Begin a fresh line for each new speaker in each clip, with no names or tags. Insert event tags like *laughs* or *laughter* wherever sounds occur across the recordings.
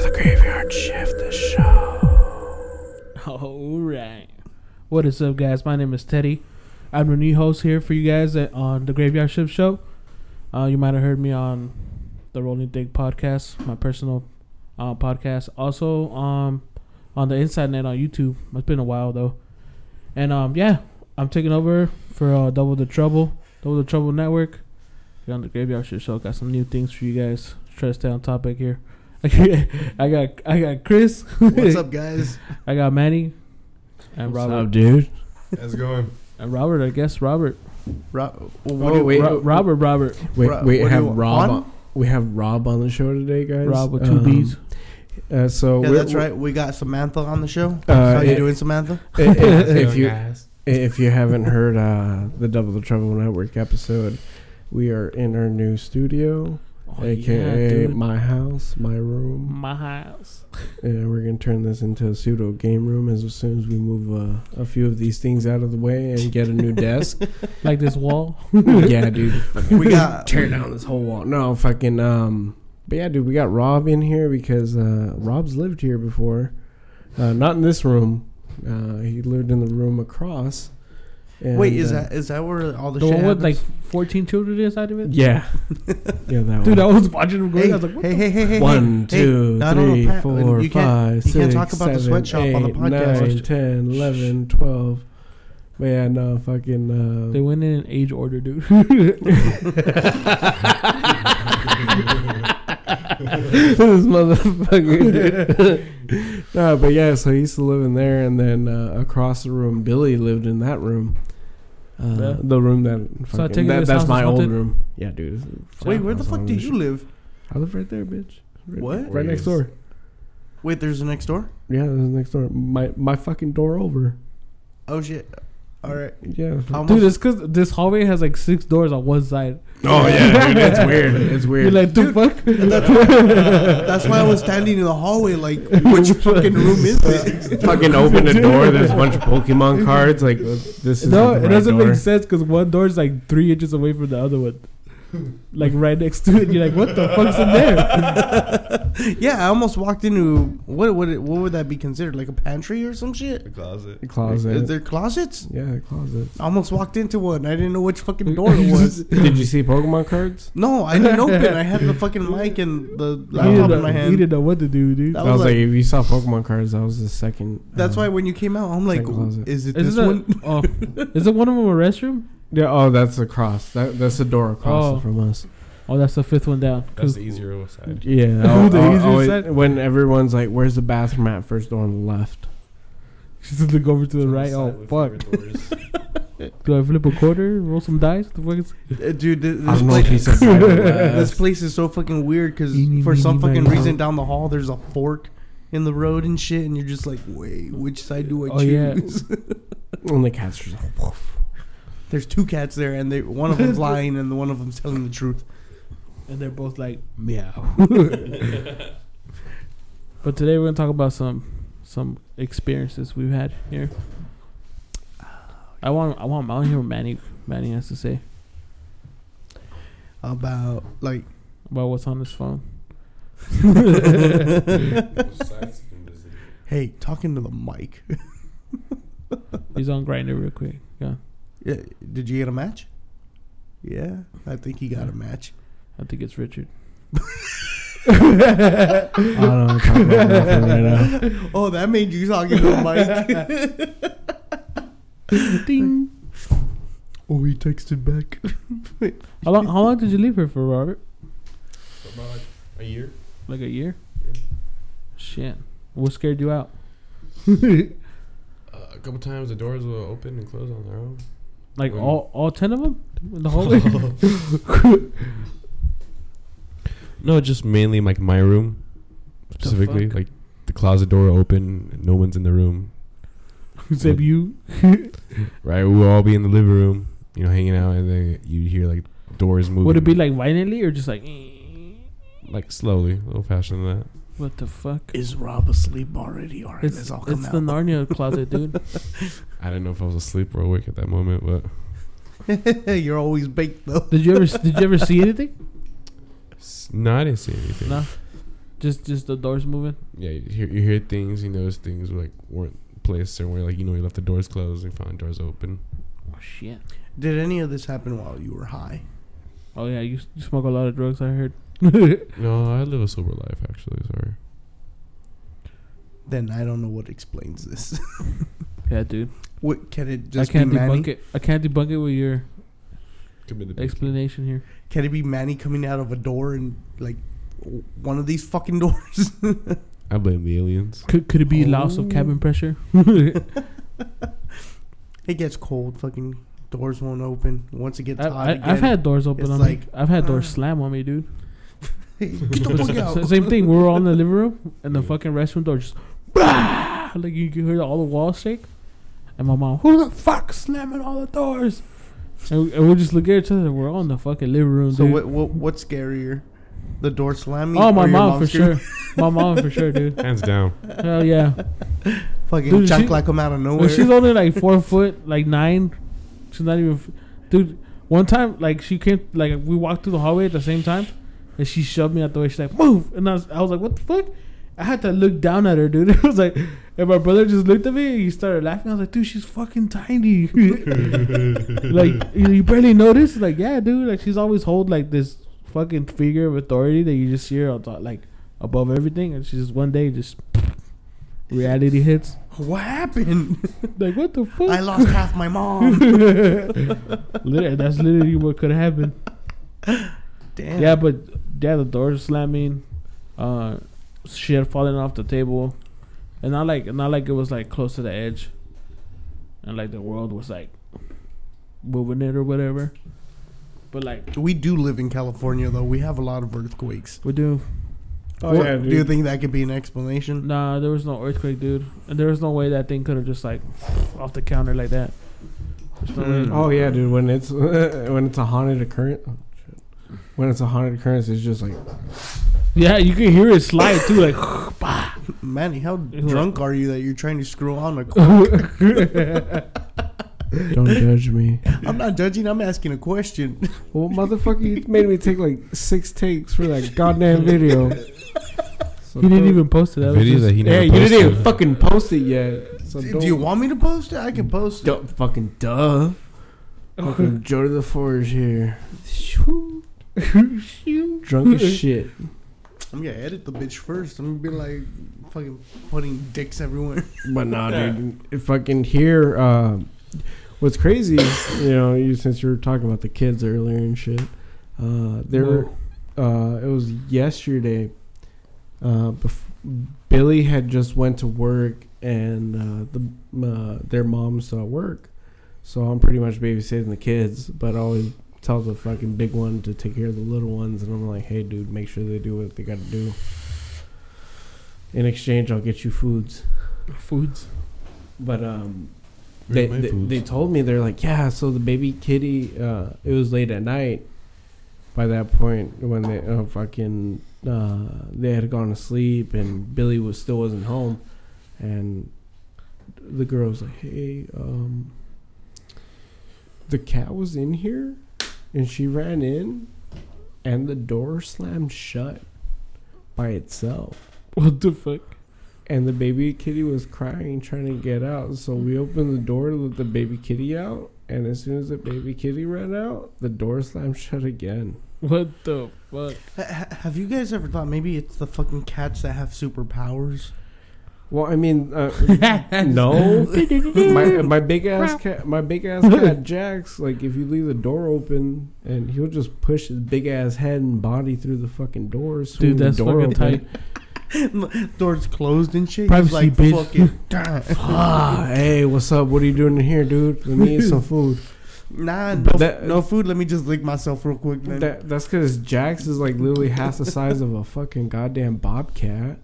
Third Shift the Show.
All right. What is up, guys? My name is Teddy. I'm the new host here for you guys at, on the Graveyard Shift Show. Uh, you might have heard me on the Rolling Dig podcast, my personal uh, podcast. Also, um, on the Inside Net on YouTube. It's been a while though, and um, yeah, I'm taking over for uh, Double the Trouble, Double the Trouble Network. Here on the Graveyard Shift Show, got some new things for you guys. Try to stay on topic here. *laughs* I got I got Chris.
What's
*laughs*
up, guys?
I got Manny and Robert.
dude?
How's it going?
And Robert, I guess Robert.
Rob,
Ro- Ro- Robert, Robert,
wait,
Ro-
we
what do
have
you-
Rob.
on?
On? We have Rob on the show today, guys.
Rob with two
Um,
B's.
Uh, so
Yeah,
we're-
that's right. We got Samantha on the show.
Uh,
How you
yeah.
doing,
*laughs*
Samantha?
i- i-
*laughs*
if
*laughs* Hey,
you
*laughs* guys.
if you haven't heard uh, the Double the Trouble Network episode, we are in our new studio,
Oh, yeah,
aka
dude.
my house, my room.
my house.
And we're gonna turn this into a pseudo game room as soon as we move uh, a few of these things out of the way and get a new
*laughs*
desk.
Like this
*laughs*
wall.
yeah, dude. *laughs*
We got
tear down this whole wall. No, fucking um but yeah, dude, we got Rob in here because uh Rob's lived here before. Uh not in this room. Uh he lived in the room across. And,
Wait, is
uh,
that is that where all the,
The
shit
one with like
happens?
*laughs* 14 children inside of it.
*laughs*
Yeah. yeah, that
Dude, I
one.
was watching them going. I was like, what
hey,
the
hey, hey, hey, hey,
One,
hey,
two,
no, no,
three,
Pat,
four,
you can't-
five,
you can't
six,
talk about the
seven,
sweatshop on the
eight,
podcast.
nine, 10, 11, 12. But yeah, no, fucking. Uh,
They went in an age order, dude. *laughs*
this motherfucker. dude. *laughs* no, but yeah, so he used to live in there, and then uh, across the room, Billy lived in that room. Uh,
Yeah.
The room that,
So
fucking,
technically
that
this
that's
house
my
is
old
haunted?
room. Yeah, dude. this is-
Wait, where the
House
fuck
on
do
the
you
sh-
live?
I live right there, bitch. Right,
What?
Right next door.
Wait, there's a next door.
Yeah, this is next door. My my fucking door over.
Oh shit! All right,
Yeah.
Almost-
dude, it's because this hallway has like six doors on one side.
Oh yeah, dude,
*laughs*
it's weird. It's
You're
weird.
like, the fuck?
that's, why,
*laughs*
that's why I was standing in the hallway.
*laughs*
Like, which fucking room is
Uh, *laughs*
this?
fucking open the door. There's a *laughs* bunch of
*laughs*
Pokemon cards. Like
uh,
this is
No,
like, the
it
right
doesn't
door.
make sense because one door is like three inches away from the other one. Like right next to it, you're like, what the fuck's in
*laughs*
there?
yeah, I almost walked into what would it, what would that be considered? Like a pantry or some shit?
closet.
Closet.
Is there closets?
yeah, closet.
I almost walked into one. I didn't know
*laughs*
which fucking door it
*laughs*
was.
Did you see Pokemon cards?
No, I didn't open.
*laughs*
I had the fucking mic and the
He didn't,
laptop in
know,
my
he didn't
hand.
know what to do, dude.
I
That I
was,
was
like,
like-
if you saw Pokemon cards, that was the second.
That's
uh,
why when you came out, I'm like,
Second closet.
is it
Is
this one?
*laughs* oh, is it one of them a restroom?
Yeah. Oh, that's across. That that's the door across
Oh.
from us.
Oh, that's the fifth one down.
That's
'Cause-
the easier
*laughs*
side.
Yeah.
Oh, the easiest
always-
side?
When everyone's like, "Where's the bathroom at?" First door on the left.
She's gonna look over to the right. Oh fuck! *laughs* Do I flip a quarter? Roll some dice? The fuck is
Uh, Dude, th-
I
this
don't know if he
place,
said right or
this
left.
place is so fucking weird because
Eeny,
for some
meeny,
fucking
miny,
reason
moe.
down the hall there's a fork in the road and shit, and you're just like, wait, which side do I
Oh, yeah.
choose?
And the cat's just like, "Woof."
*laughs* there's two cats there, and they one
*laughs*
of them's lying and the one of them's telling the truth.
And they're both like meow. *laughs* but today we're gonna talk about some some experiences we've had here. I want I want I want to hear what Manny Manny has to say
About like,
about what's on his phone.
hey, talking to the mic. *laughs*
He's on grinder real quick. Yeah,
Yeah, Did you get a match? Yeah, I think he got a match.
I think it's Richard.
*laughs* I don't know. What I'm talking
*laughs*
about nothing right now.
Oh, that made you talking to the mic.
Ding.
oh, he texted back.
How long how long did you leave her for, Robert?
A year.
Like a year?
Yeah.
Shit. What scared you out?
Uh, a couple times the doors will open and close on their own.
Like
When-
all all ten of them in the hallway?
No, just mainly like my room,
the
*laughs* specifically
fuck?
like the closet door open, and no one's in the room.
Except you.
Right, we'll all be in the living room, you know, hanging out, and then you hear like doors moving.
Would it be like violently or just like? "Eh?"
like slowly, a little faster than that?
What the fuck?
*laughs* Is Rob asleep already? All right,
It's,
let's all come
it's
out.
the *laughs* Narnia closet, dude.
I didn't know if I was asleep or awake at that moment,
*laughs*
but
You're always baked though.
*laughs* Did you ever did you ever see anything?
s- no, I didn't see anything.
No. Just just the doors moving.
Yeah, you hear, you hear things. You notice things like weren't placed a certain way. Like you know, you left the doors closed and found doors open.
Oh shit.
Did any of this happen while you were high?
Oh yeah, you, s- you smoke a lot of drugs. I heard. *laughs*
No, I live a sober life actually. Sorry.
Then I don't know what explains this. *laughs*
yeah, dude.
what can it just
I can't
be Manny?
debunk it. I can't debunk it with your
Committed.
explanation here.
Can it be Manny coming out of a door and like w- one of these fucking *laughs* doors?
I blame the aliens.
Could could it be loss of cabin *laughs* pressure?
it gets cold. Fucking doors won't open. Once it gets
I,
hot,
I,
again,
I've had doors open
it's
on
like,
me. I've had doors
ah.
slam on me, dude.
*laughs* Hey, get the
*laughs*
*laughs* fuck
So
out.
same thing. We were all in the living room, and the
Yeah.
fucking restroom door just "Bah!" like you could hear all the walls shake. And my mom, who the fuck slamming all the doors? And, and we just look at each other. We're all in the fucking living room.
So
dude.
what, what? What's scarier, the door slamming?
Oh,
or
my
your
mom for
mom's screaming?
sure. My mom for sure, dude.
*laughs*
Hands down.
Hell yeah.
Fucking
Dude,
chunk
she-
like I'm
*laughs*
out of nowhere.
When she's only like four foot, like nine, she's not even. f- Dude, one time, like she came, like we walked through the hallway at the same time, and she shoved me out the way. She's like, "Move!" And I was, I was like, "What the fuck?" I had to look down at her, dude. *laughs* It was like, and my brother just looked at me and he started laughing. I was like, "Dude, she's fucking tiny." *laughs* like you, you barely notice. Like, yeah, dude. Like she's always hold like this fucking figure of authority that you just see her on top, like above everything, and she just one day just reality hits. *laughs*
what happened?
Like, what the fuck?
I lost half
*laughs*
my mom.
Literally, that's literally what could happen.
Damn.
Yeah, but yeah, the doors slamming, uh, shit falling off the table, and not like not like it was like close to the edge, and like the world was like moving it or whatever. But like
We do live in California though. We have a lot of earthquakes.
we do,
Oh
What-
yeah,
Do you
dude.
think that could be an explanation?
nah, there was no earthquake, dude, and there was no way that thing could have just like off the counter like that. There's no way.
Oh yeah, dude. When it's *laughs* when it's a haunted occurrence, oh, shit. when it's a haunted occurrence, it's just like
Yeah, you could hear it slide too, like. *laughs*
Manny, how
It's
drunk are you that you're trying to screw on a
don't judge me.
I'm not judging. I'm asking a question.
Well, motherfucker, you made me take like six takes for that goddamn
*laughs*
video. So
He didn't
don't-
even post it. That was
Video
just-
that he never
Hey, you didn't even
posted.
fucking post it yet. *laughs* So
Do
don't-
you want me to post it? I can post it.
Duh, fucking duh. *laughs* Fucking Jordan the Forge here. Drunk
*laughs*
as shit.
I'm gonna edit the bitch first. I'm gonna be like fucking putting dicks everywhere. *laughs*
But nah, dude. If I can hear, uh, what's crazy, you know, you since you were talking about the kids earlier and shit, uh, there, were, uh, it was yesterday. Uh, bef- Billy had just went to work, and uh, the uh, their mom's at work, so I'm pretty much babysitting the kids, but I always tell the fucking big one to take care of the little ones, and I'm like, hey, dude, make sure they do what they got to do. In exchange, I'll get you foods.
foods.
But um, they,
Where's my
they,
foods?
they told me they're like, yeah. So the baby kitty, uh, it was late at night. By that point, when they uh, fucking uh, they had gone to sleep, and Billy was still wasn't home, and the girl was like, hey, um, the cat was in here, and she ran in, and the door slammed shut by itself
*laughs* What the fuck?
and the baby kitty was crying trying to get out so we opened the door to let the baby kitty out and as soon as the baby kitty ran out the door slammed shut again
What the fuck?
Ha- ha- have you guys ever thought maybe it's the fucking cats that have superpowers?
well i mean
*laughs*
uh, no *laughs* my, my big ass cat my big
*laughs*
ass cat jax like if you leave the door open and he'll just push his big ass head and body through the fucking door swing
Dude, that's
the door
fucking
open.
tight.
Doors closed and shit.
Privacy,
like
bitch.
fucking. "Damn."
ah hey what's up what are you doing in here dude let me eat
*laughs*
some food
Nah, no,
But that-
no food. Let me just lick myself real quick. Then. *laughs*
That, that's because Jax is like literally half the size of a fucking goddamn bobcat.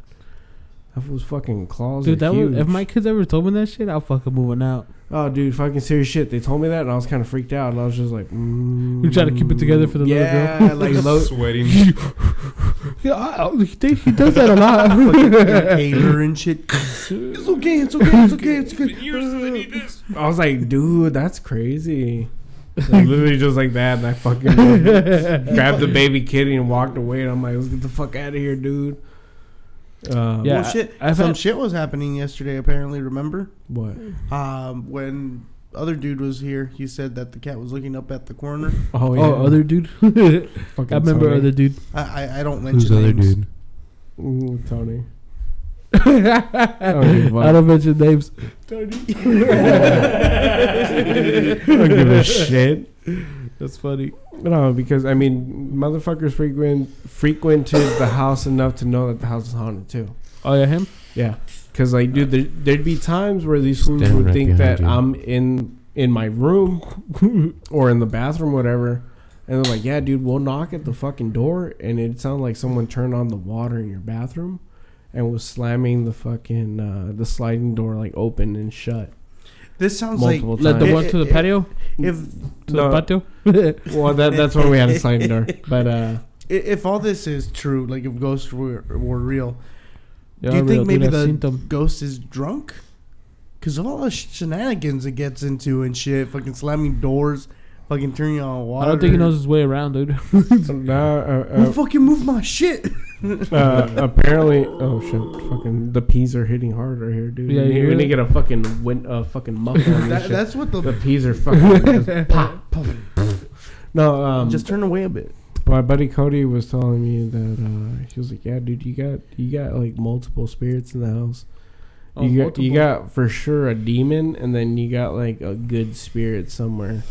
That was fucking claws.
Dude, that
huge.
was, if my kids ever told me that shit, I'll fucking moving out.
oh, dude, fucking serious shit. They told me that, and I was kind of freaked out, and I was just like, mm,
You try to keep it together for the little
yeah,
girl.
like low. *laughs*
sweating.
Yeah, I, I, he, he does that a *laughs* lot. Oh,
Inhaler and shit. It's okay. It's okay. It's okay. It's okay.
I was like, dude, that's
*laughs*
crazy. Like, literally just like that, and I fucking grabbed the baby kitty and walked away, and I'm like, let's get the fuck out of here, dude. Um,
Yeah,
well, shit.
I- I've
Some
had-
shit was happening yesterday. Apparently, remember?
What?
Um, when other dude was here, he said that the cat was looking up at the corner.
Oh, yeah.
Oh, other dude. *laughs* I
Fucking
remember
Tony.
other dude.
I I, I don't mention
Who's the other
names.
dude?
*laughs* Mm,
*laughs*
Tony. give a
I don't mention names. *laughs*
I don't give a shit.
That's funny.
No, because I mean, motherfuckers frequent frequented the house enough to know that the house is haunted too.
Oh yeah, him.
Yeah, because like, dude, there, there'd be times where these fools
Stand
would
right
think that
behind you.
I'm in in my room *laughs* or in the bathroom, whatever, and they're like, "Yeah, dude, we'll knock at the fucking door," and it sounded like someone turned on the water in your bathroom and was slamming the fucking uh, the sliding door like open and shut.
This sounds
Multiple
like
Let the
times.
one to the
It- it-
patio.
if
To
No.
the
*laughs*
patio.
Well, that, that's when we had a sliding
*laughs*
door, but uh,
i- if all this is true, like if ghosts were were real,
They
do
are
you
real,
think
dude,
maybe
I've
the
seen them.
ghost is drunk? Because of all the shenanigans it gets into and shit, fucking slamming doors, fucking turning on water.
I don't think he knows his way around, *laughs* dude.
now, uh,
Who
uh,
fucking move my shit?
*laughs*
Uh, apparently, oh shit, fucking the peas are hitting hard right here, dude.
Yeah,
we,
you
need,
hear
we need
that?
to get a fucking win, uh, fucking muffler
*laughs*
on this
That,
shit.
that's what
the
the.
peas are fucking *laughs* just pop, pop. No, um,
Just turn away a bit.
my buddy Cody was telling me that uh, he was like, yeah, dude, you got you got like multiple spirits in the house.
Oh,
you got
multiple.
you
*laughs*
got for sure a demon, and then you got like a good spirit somewhere.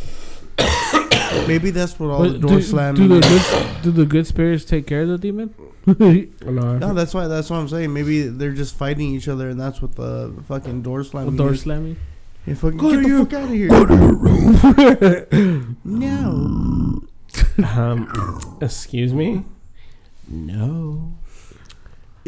Maybe that's what all
But
the
do-
door
do,
slamming.
the good, do the good spirits take care of the
*laughs*
demon?
No, I
no, that's why. That's what I'm saying. Maybe they're just fighting each other, and that's what the fucking door slamming.
door
is.
slamming?
Hey, fucking
Go
get
to
the
your-
fuck out of here. *laughs* No.
um, *coughs* excuse me. No.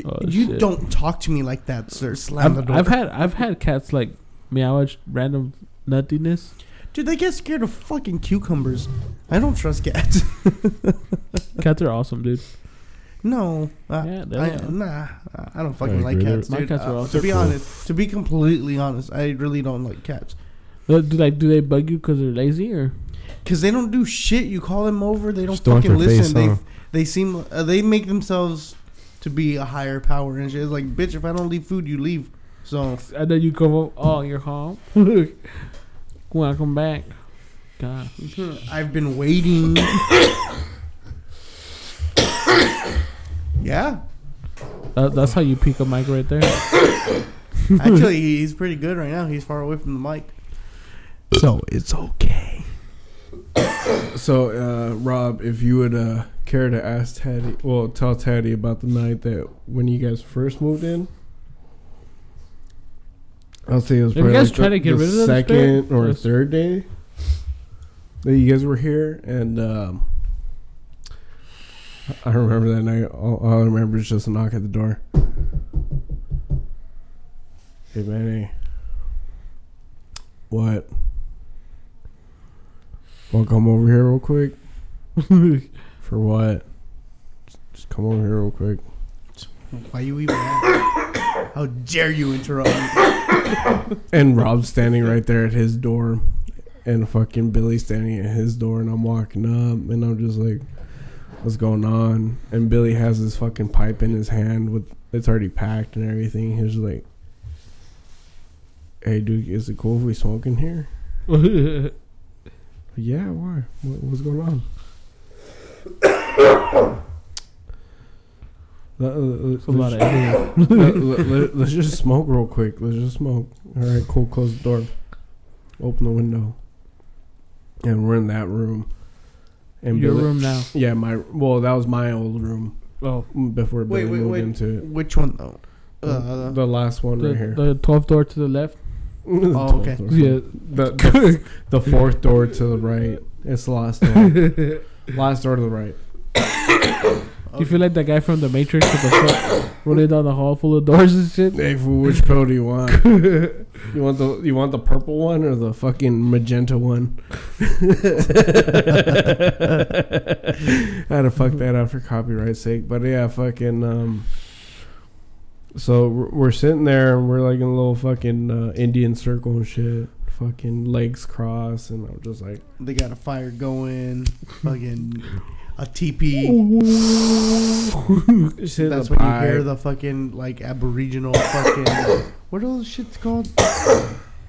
Oh,
you
shit.
don't talk to me like that, sir. Slam the
I've,
door.
I've had I've had cats like meow at random nuttiness.
Dude, they get scared of fucking cucumbers. I don't trust cats. *laughs*
Cats are awesome, dude.
no. Uh,
Yeah, they
I,
are.
nah, I- I don't fucking
I
like
agree.
cats,
My
dude.
cats are
Uh,
awesome.
to be
They're cool.
honest, to be completely honest, I really don't like cats.
Do do they do they bug you because they're lazy or?
Because they don't do shit. You call them over, they don't
Just don't like
fucking
their
listen.
face,
they
huh?
they seem uh, they make themselves to be a higher power and shit. It's like, bitch, if I don't leave food, you leave.
*laughs*
So
And then you come home. Oh, you're home. *laughs* Welcome back. God.
I've been waiting. *coughs* yeah.
That, that's how you peek a mic right there. *laughs*
*laughs*
Actually, he- he's pretty good right now. He's far away from the mic. So it's okay.
So, uh, Rob, if you would uh, care to ask Teddy, well, tell Teddy about the night that when you guys first moved in. I'll say it was
Did you
probably
guys
like
try
the,
to get
the
rid of the
second
spirit?
or
Yes.
third day that you guys were here, and um, I remember that night. All, all I remember is just a knock at the door. Hey, Manny. What? Well, come over here real quick. For what? Just come over here real quick.
Why you even? ask? How dare you interrupt me?
And Rob's standing right there at his door, and fucking Billy standing at his door, and I'm walking up, and I'm just like, "What's going on?" And Billy has his fucking pipe in his hand with it's already packed and everything. He's just like, "Hey, dude, is it cool if we smoke in here?"
That's
Yeah, why? What, what's going
*coughs*
on? Let- let-
a *laughs* lot of editing.
let, us just smoke real quick. Let's just smoke. All right, cool. Close the door. Open the window. And we're in that room. And
your
Billy-
room now.
Yeah, my well, that was my old room
Oh,
before
Wait,
Billy
wait,
moved
wait.
into it.
Which one though? Uh,
the last one
the,
right here.
the 12th door to the left.
*laughs* The
Oh,
fourth
okay.
door.
Yeah.
The, the, the fourth door to the right. It's the last
*laughs*
door. last door to the right.
*laughs* You feel like that guy from The Matrix with the foot *laughs* running down the hall full of doors and shit.
Hey, fool, which pill do you
*laughs*
want? you want the you want the purple one or the fucking magenta one? *laughs* I had to fuck that up for copyright sake, but yeah, fucking. Um, so we're we're sitting there and we're like in a little fucking uh, Indian circle and shit, fucking legs crossed, and I'm just
*laughs*
like,
they got a fire going. Fucking a teepee.
Shit, the
That's when you
pipe.
hear the fucking like aboriginal fucking what are those shits called?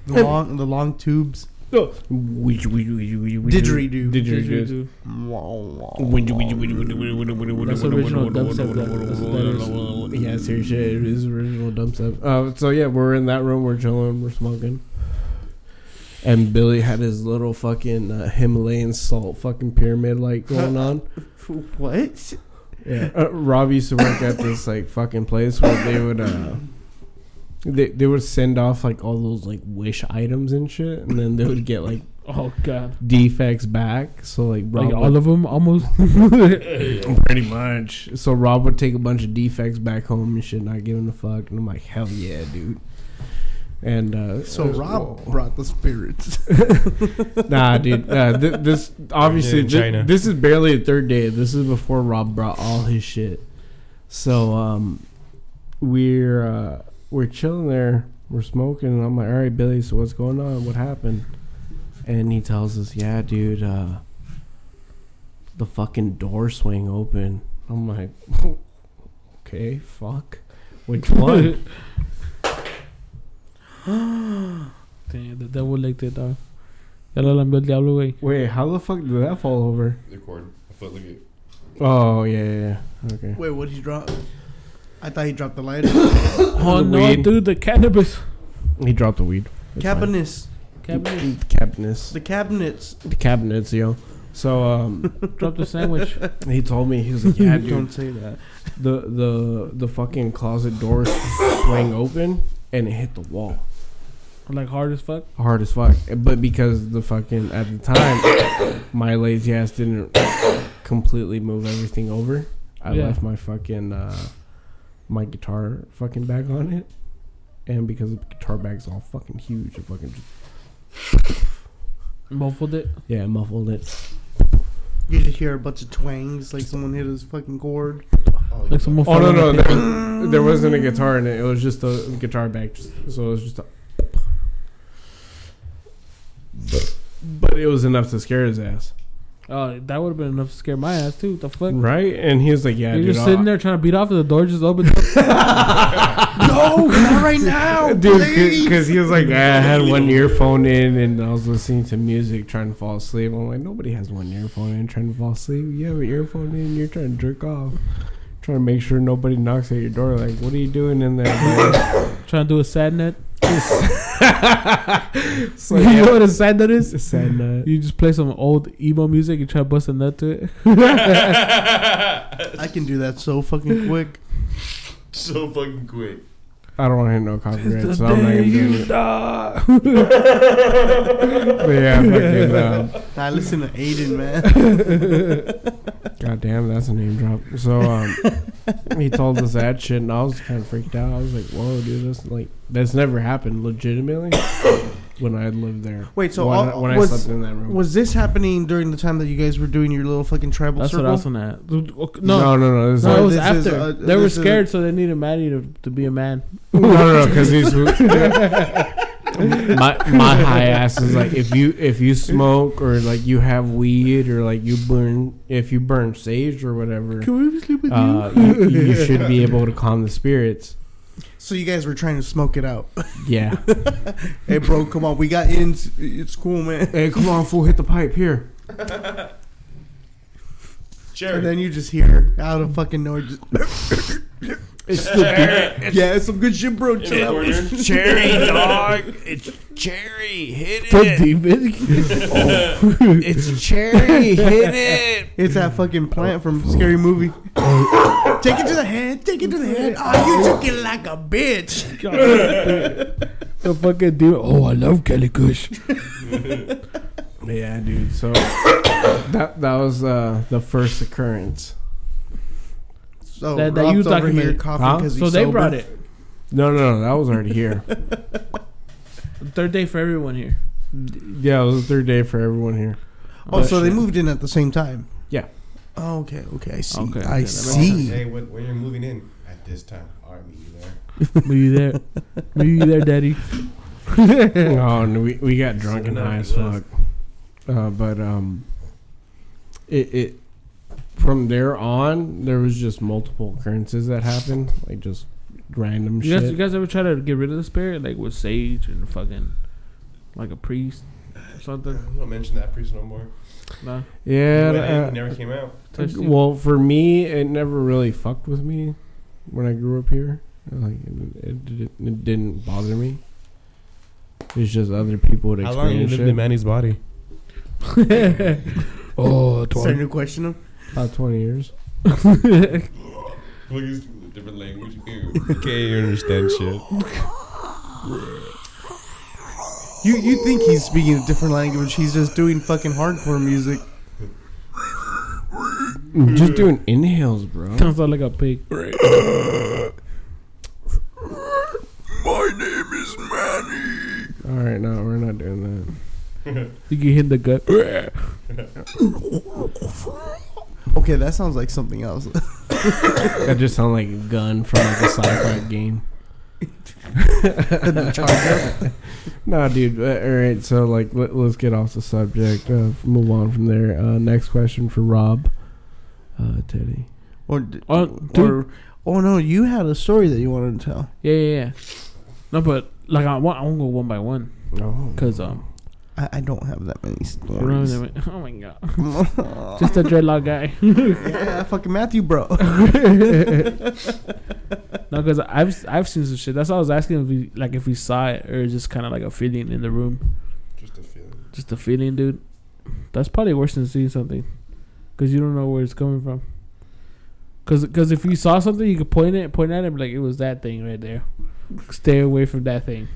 The long the long tubes.
*laughs*
*laughs* Didgeridoo.
Didgeridoo.
That's original dubstep. That, that's what that is.
Yeah, seriously, it is original dumb stuff. Uh, so yeah, we're in that room. We're chilling. We're smoking. And Billy had his little fucking uh, Himalayan salt fucking pyramid like going on.
What?
Yeah, uh, Rob used to work at this like fucking place where they would uh, they they would send off like all those like wish items and shit, and then they would get like
Oh god.
defects back. So like Rob
Like
would-
all of them almost. *laughs*
Pretty much. So Rob would take a bunch of defects back home and shit, not giving a fuck. And I'm like, hell yeah, dude. And uh,
So
uh,
Rob
whoa.
brought the spirits.
nah, dude. Uh, th- *laughs* this obviously
In
thi-
China.
this is barely the third day. This is before Rob brought all his shit. So um, we're uh, we're chilling there. We're smoking, and I'm like, all right, Billy. So what's going on? What happened? And he tells us, yeah, dude. Uh, the fucking door swing open. I'm like, *laughs* okay, fuck. Which *laughs* one?
*gasps*
*laughs*
Damn, the devil licked it, dog. Ya lo lambió el diablo, güey.
Wait, how the fuck did that fall over?
The cord.
*laughs*
I felt like it.
Oh yeah, yeah, yeah. okay.
Wait, what did he drop? I thought he dropped the lighter. *coughs*
Oh
The
no,
weed.
dude,
*laughs*
the cannabis.
He dropped the weed. It's fine.
Cabinets.
Cannabis.
cabinets,
The cabinets.
the cabinets, yo. So um, *laughs*
Drop the sandwich.
he told me he was like, yeah, dude,
*laughs* Don't say that.
the the the fucking closet door swung open and it hit the wall
like hard as fuck.
hard as fuck. But because the fucking at the time, *coughs* my lazy ass didn't completely move everything over. I
Yeah.
left my fucking uh, my guitar fucking bag on it, and because the guitar bag's all fucking huge, it fucking just,
Muffled it.
yeah muffled it.
You just hear a bunch of twangs like someone hit his fucking cord.
Like someone.
Oh
fell
no
on
no,
the
there, was, there wasn't a guitar in it. It was just a guitar back. Just, so it was just. A, but it was enough to scare his ass,
pa- Oh, that would have been enough to scare my ass too. What the fuck?
right? And he was like, "Yeah,
You're
dude,
just
I'll- *laughs*
sitting there *laughs* trying to beat off, and the door just opens.
*laughs* no, not
*laughs*
right *laughs* now,
dude,
please.
because he was like, I had
*laughs*
one earphone in and I was listening to music trying to fall asleep. I'm like, nobody has one earphone in trying to fall asleep. You have an earphone in, you're trying to jerk off, trying to make sure nobody knocks at your door. Like, what are you doing in there? bro?"
trying to do a sad net.
It's like,
you know
yeah,
what a sad net is?
it's a sad nut. *laughs*
You just play some old emo music and try to bust a nut to *laughs* it.
*laughs*
I can do that so fucking *laughs* quick.
so fucking quick.
I don't want to hit no copyright, so I'm not gonna do it. *laughs* But
*laughs*
yeah, fucking, uh,
I listen to Aiden, *laughs* man.
God damn, that's a name drop. So um, he told us that shit, and I was kind of freaked out. I was like, "Whoa, dude, that's like that's never happened legitimately *coughs* when I lived there."
Wait, so
when, I,
all-
when
was-
I slept in that room,
Was this happening during the time that you guys were doing your little fucking tribal
That's what
circle?
I was gonna. ask. No,
no, no, no, this is
no, it
like-
was
this is,
after.
uh,
they were
this is-
scared, so they needed Maddie to, to be a man.
no, no, no, because he's my my high ass is like if you if you smoke or like you have weed or like you burn if you burn sage or whatever.
*laughs* Can we sleep with
Uh, you, you should be able to calm the spirits.
So you guys were trying to smoke it out.
Yeah.
hey, bro, come on. We got in. It's cool, man.
Hey, come on, fool! Hit the pipe here.
And then you just hear out of fucking nowhere. Just,
*coughs* It's the
yeah, it's some good shit, bro. Chill out.
Cherry dog. It's cherry. Hit
*laughs*
It's cherry. Hit it.
It's that fucking plant from Scary Movie. take it to the head. Take it *laughs* to the head. Oh, you took it like a bitch.
The fucking dude. Oh, I love Kelly Kush.
Yeah, dude. So *coughs* that that was uh, the first occurrence.
So
That-
that,
that you
Rob's over
documented.
here coughing
Huh?
'cause he's
So they
sober.
brought it.
No, no, no. That was already here.
Third day for everyone here.
yeah, it was the third day for everyone here.
Oh, so they moved in at the same time.
Yeah.
Oh, okay. Okay. I see.
Okay,
I
yeah, that
see.
Hey, when, when you're moving in at this time, I'll meet you there.
Were you
*laughs*
there? Were you there, Daddy?
oh, and we, we got drunk and high as
Sitting up,
fuck. Uh, but um, it it from there on, there was just multiple occurrences that happened, like just random
You guys,
shit.
you guys ever try to get rid of the spirit, like with sage and fucking, like a priest or something?
I'm not mention that priest no more.
No.
yeah.
Went in,
uh,
it never came out.
Like,
Touched you?
well, for me, it never really fucked with me when I grew up here. Like it, it, didn't- it didn't bother me. It's just other people would
How long you
experience
lived in
it.
Manny's *laughs* body?
oh,
Starting
twelve.
to question him.
About twenty years.
Look, he's a different language. *laughs* Okay, you understand shit.
You you think he's speaking a different language? He's just doing fucking hardcore music.
just doing inhales, bro.
Sounds like a pig.
My name is Manny.
All right, no, we're not doing that.
You get hit in the gut.
Okay, that sounds like something else. *laughs*
That just sounded like a gun from like a sci-fi game. *laughs* no, dude. uh, All right, so like let, let's get off the subject. Uh, move on from there. Uh, next question for Rob, uh, Teddy.
or, d-
Oh,
or
dude.
oh no, you had a story that you wanted to tell.
Yeah, yeah, yeah. No, but like I want, I want to go one by one
Oh,
because um,
I, I don't have that many
I don't know,
stories.
they went- *laughs* oh my god,
*laughs*
just a dreadlock guy. *laughs* no,
yeah, fucking
*laughs*
Matthew, bro.
because I've s- I've seen some shit. That's why I was asking if we like if we saw it or just kind of like a feeling in the room,
Just a feeling.
just a feeling, dude. That's probably worse than seeing something, because you don't know where it's coming from. Cause, Cause, if you saw something, you could point it, point at it, and be like it was that thing right there. Stay away from that thing.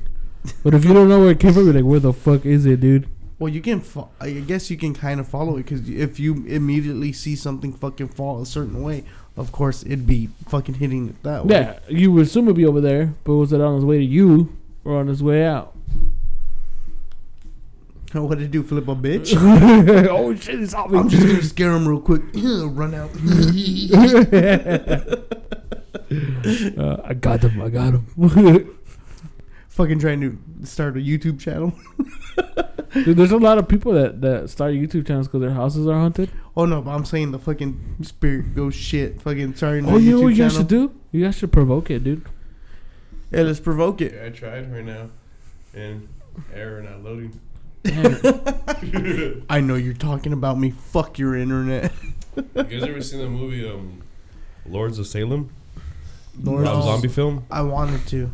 But if you don't know where it came from, you're like, where the fuck is it, dude?
Well, you can. Fo- I guess you can kind of follow it because if you immediately see something fucking fall a certain way, of course it'd be fucking hitting it that way. *laughs*
Yeah, you would assume it'd be over there, but was it on his way to you or on his way out?
What did do? Flip a bitch?
*laughs* oh shit, it's all me.
I'm just gonna scare him real quick. *laughs* Run out.
*laughs* Uh, I got him, I got him. *laughs*
fucking trying to start a YouTube channel. *laughs*
Dude, there's a lot of people that, that start YouTube channels because their houses are haunted.
Oh no, but I'm saying the fucking spirit goes shit. Fucking starting
Oh,
a
you know what
YouTube
you guys
channel.
should do? You guys should provoke it, *laughs* dude.
Yeah, let's provoke it.
Yeah, I tried right now, and error not loading.
Damn it.
I know you're talking about me. Fuck your internet. *laughs*
You guys ever seen the movie um, Lords of Salem?
Lord,
Rob
no.
Zombie film.
I wanted
*laughs*
to.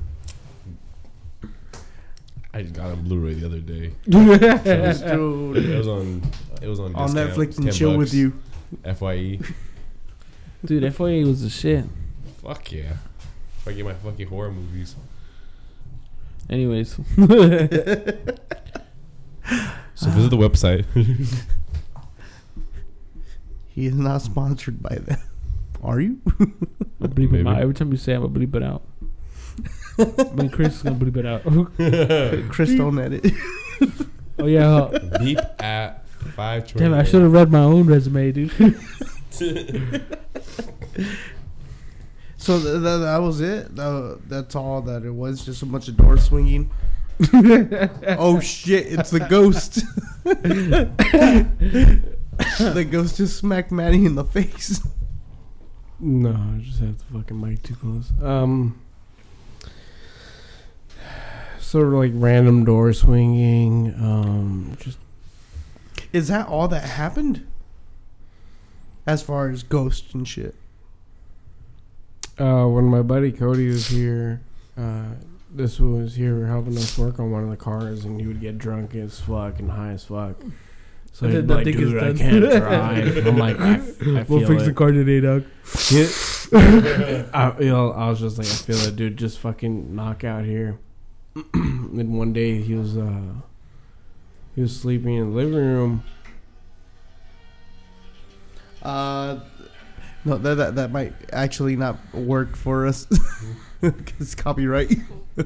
I just got it on Blu-ray the other day.
Let's
Dude,
do it.
It was on. It was on.
on
discount.
Netflix and
10
chill with
bucks. E.
you.
Fye.
FOA was the shit.
Fuck yeah. If I get my fucking horror movies.
Anyways,
So visit the website.
He is not sponsored by them. Are you?
I'm bleeping
Maybe.
out. Every time you say it, I'm going to bleep it out. I mean, Chris is going to bleep it out. *laughs*
Uh,
Chris, don't edit.
oh, yeah. huh.
*laughs* Beep at five.
Damn, it, I should have read my own resume, dude.
So th- th- that was it. Tha- that's all that it was. Just a bunch of doors
*laughs*
swinging. oh shit! It's the ghost. the ghost just smacked Maddie in the face.
No, I just have the fucking mic too close. Um, *sighs* sort of like random door swinging. Um, just
Is that all that happened? As far as ghosts and shit.
uh, when my buddy Cody was here, uh, this was here helping us work on one of the cars, and he would get drunk as fuck and high as fuck. So
I
he'd be like,
think that thing is
dude, I
done."
can't
*laughs*
drive. And I'm like, I, I feel
*laughs* we'll fix
it.
the car today, dog.
Yeah. *laughs* I, you know, I was just like, I feel it, dude. Just fucking knock out here. *clears throat* and one day he was uh, he was sleeping in the living room.
*laughs*
Uh, no, that, that that might actually not work for us. *laughs* 'Cause copyright.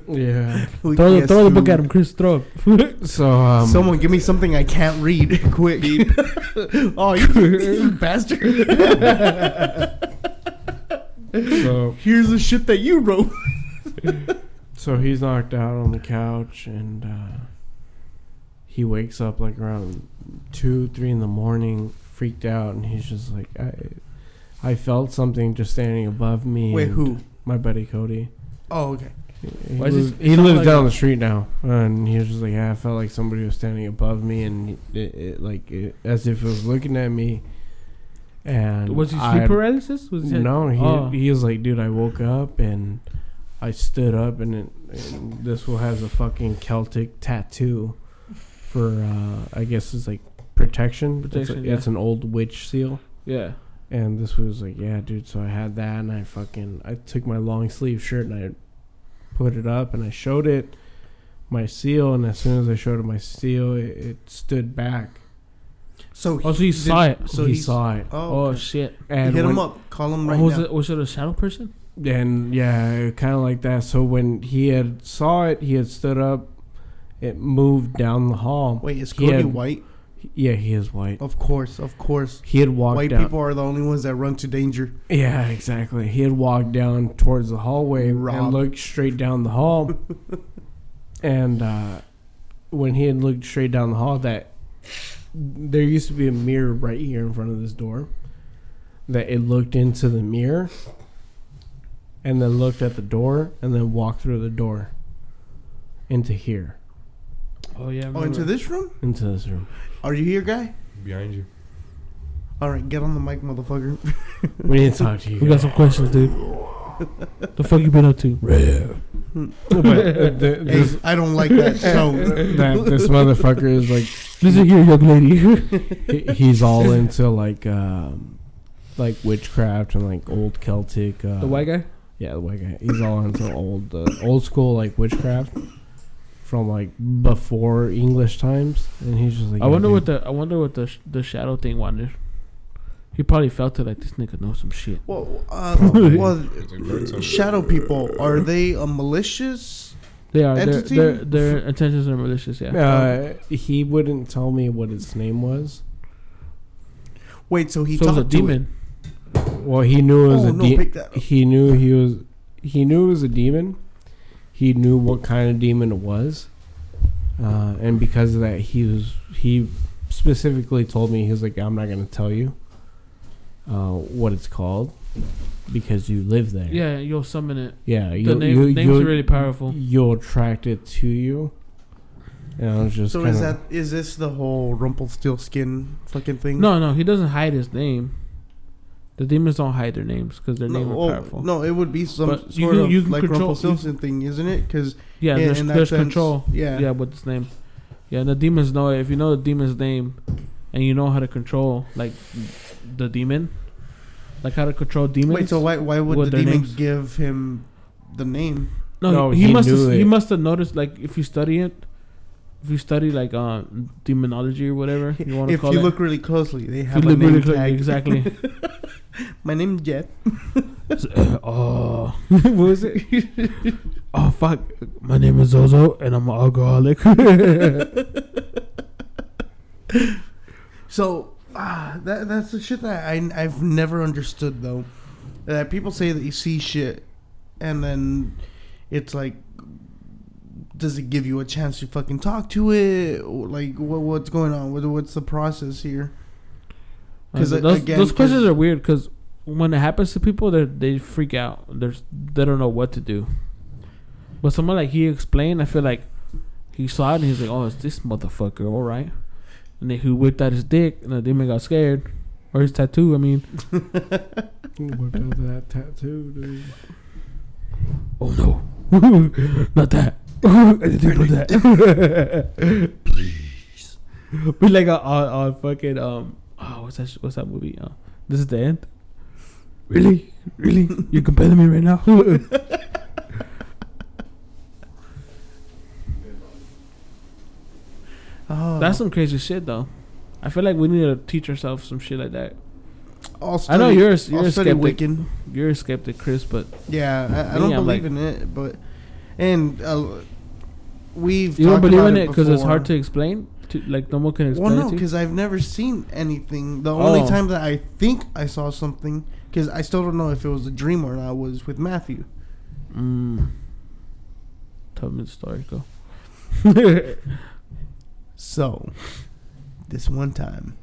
Yeah.
We
Throw, the,
can't
throw the book
sue.
at him, Chris. Throw it.
So um,
Someone give me something I can't read, quick. *laughs* oh, you, you bastard.
so
Here's the shit that you wrote.
so he's knocked out on the couch and uh, he wakes up like around two, three in the morning, freaked out, and he's just like, I, I felt something just standing above me.
Wait,
and
who?
My buddy Cody.
Oh, okay.
He,
Why is
lives,
this-
he
sound
lives
like-
down the street now, and he was just like, "Yeah, I felt like somebody was standing above me, and it, it like it, as if it was looking at me." And
*laughs* Was he sleep
I-
paralysis? Was he
No, he
Oh.
he was like, dude, I woke up and I stood up, and, it, and this one has a fucking Celtic tattoo for uh, I guess it's like protection. It's a-
Protection,
It's,
yeah.
an old witch seal.
yeah.
And this was like, yeah, dude. So I had that, and I fucking I took my long sleeve shirt and I put it up, and I showed it my seal, and as soon as I showed it my seal, it, it stood back.
So
Oh, so you saw it.
So
he
he's-
saw it,
Oh,
Oh
okay.
shit!
and
hit
when-
him up. Call him right
Oh, was
now.
it was it a shadow person?
and yeah, kind of like that. So when he had saw it, he had stood up. It moved down the hall.
Wait, is
He
Cody
had-
white?
Yeah, he is white.
Of course, of course.
He had walked
White
down.
people are the only ones that run to danger.
Yeah, exactly. He had walked down towards the hallway
Rob.
and looked straight down the hall. and uh, when he had looked straight down the hall, that there used to be a mirror right here in front of this door. That it looked into the mirror, and then looked at the door, and then walked through the door into here,
Oh yeah. I
Oh, into
remember.
this room?
into this room.
Are you here, guy?
Behind you.
All right, get on the mic, motherfucker.
We need to talk to you.
We got some questions, dude. the fuck you been up to?
But, uh, the-
Hey,
this,
I don't like that tone.
that, this motherfucker is like
Visit here, young lady.
He- he's all into like um like witchcraft and like old Celtic. Uh,
*laughs* the white guy.
Yeah, the white guy. He's all into old uh, old school like witchcraft from like before English times, and he's just like.
I
yeah,
wonder
dude.
what the I wonder what the sh- the shadow thing wanted. He probably felt it like this nigga knows some shit.
well, uh,
*laughs*
well, shadow people are they a malicious?
They are their,
Entity?
their their intentions are malicious. Yeah.
Uh, he wouldn't tell me what his name was.
Wait, so he
so it was
talked
a demon.
Well, he knew it
To it.
was
Oh
a
no,
de-
pick that. Up.
he knew he was he knew it was a demon he knew what kind of demon it was uh, and because of that he was he specifically told me he was like i'm not going to tell you uh, what it's called because you live there
Yeah, you'll summon it.
yeah
The name names
you'll-
are really powerful.
you'll attract it to you and i was just
So is
kinda-
that is this the whole Rumpelstiltskin fucking thing?
No, no, he doesn't hide his name. The demons don't hide their names because their
No,
names
oh,
are powerful.
no, it would be some
But you
sort
can-
of
you can
like
control-
Rumpelstiltskin thing, isn't it? Because
Yeah,
Yeah,
there's,
in that
there's
sense,
control.
yeah.
yeah, with his name. Yeah, and the demons know it. If you know the demon's name, and you know how to control like the demon, like how to control demons.
wait, so why why would
What,
the
their
demon
names?
give him the name?
no,
No,
he,
he
must
knew
have, he
it.
must have noticed. Like if you study it, if you study like uh, demonology or whatever *laughs* you want to
If
call
you
it.
look really closely, they
if you
have a
look
name
really close,
tag.
exactly.
*laughs* My name's Jeff.
*laughs* oh, *laughs* what was it? oh fuck! My name is Zozo, and I'm an alcoholic. *laughs*
So ah, that that's the shit that I I've never understood though. That people say that you see shit, and then it's like, does it give you a chance to fucking talk to it? Or, Like what what's going on? What, what's the process here? 'Cause,
Uh,
uh,
those,
again,
those questions
'cause-
are weird because when it happens to people, they they freak out. There's they don't know what to do. But someone like he explained, I feel like he saw it and he's like, "Oh, it's this motherfucker, all right." And then he whipped out his dick, and the demon got scared, or his tattoo. I mean,
*laughs* Whipped out that tattoo dude.
oh no, *laughs* not *laughs* that. I didn't do that. *laughs* Please. Be like a, a, a fucking um. Oh, what's that? sh- What's that movie? Uh, this is the end. Really, really, you're compelling me right now. *laughs*
Oh,
That's some crazy shit, though. I feel like we need to teach ourselves some shit like that.
I'll
I know
study-
you're a s-
I'll
you're a
study
skeptic.
Wiccan.
You're a skeptic, Chris, but
Yeah, I, I
Me,
don't
I'm
believe in it, but and uh, we've
you don't
talked
believe
about
in it because it's
before.
hard to explain. To, like no one can
Well,
explain
no,
it. To you.
because I've never seen anything. The only
Oh.
time that I think I saw something, because I still don't know if it was a dream or not, was with Matthew.
Mm. Tell me the story. *laughs* Go.
So, this one time,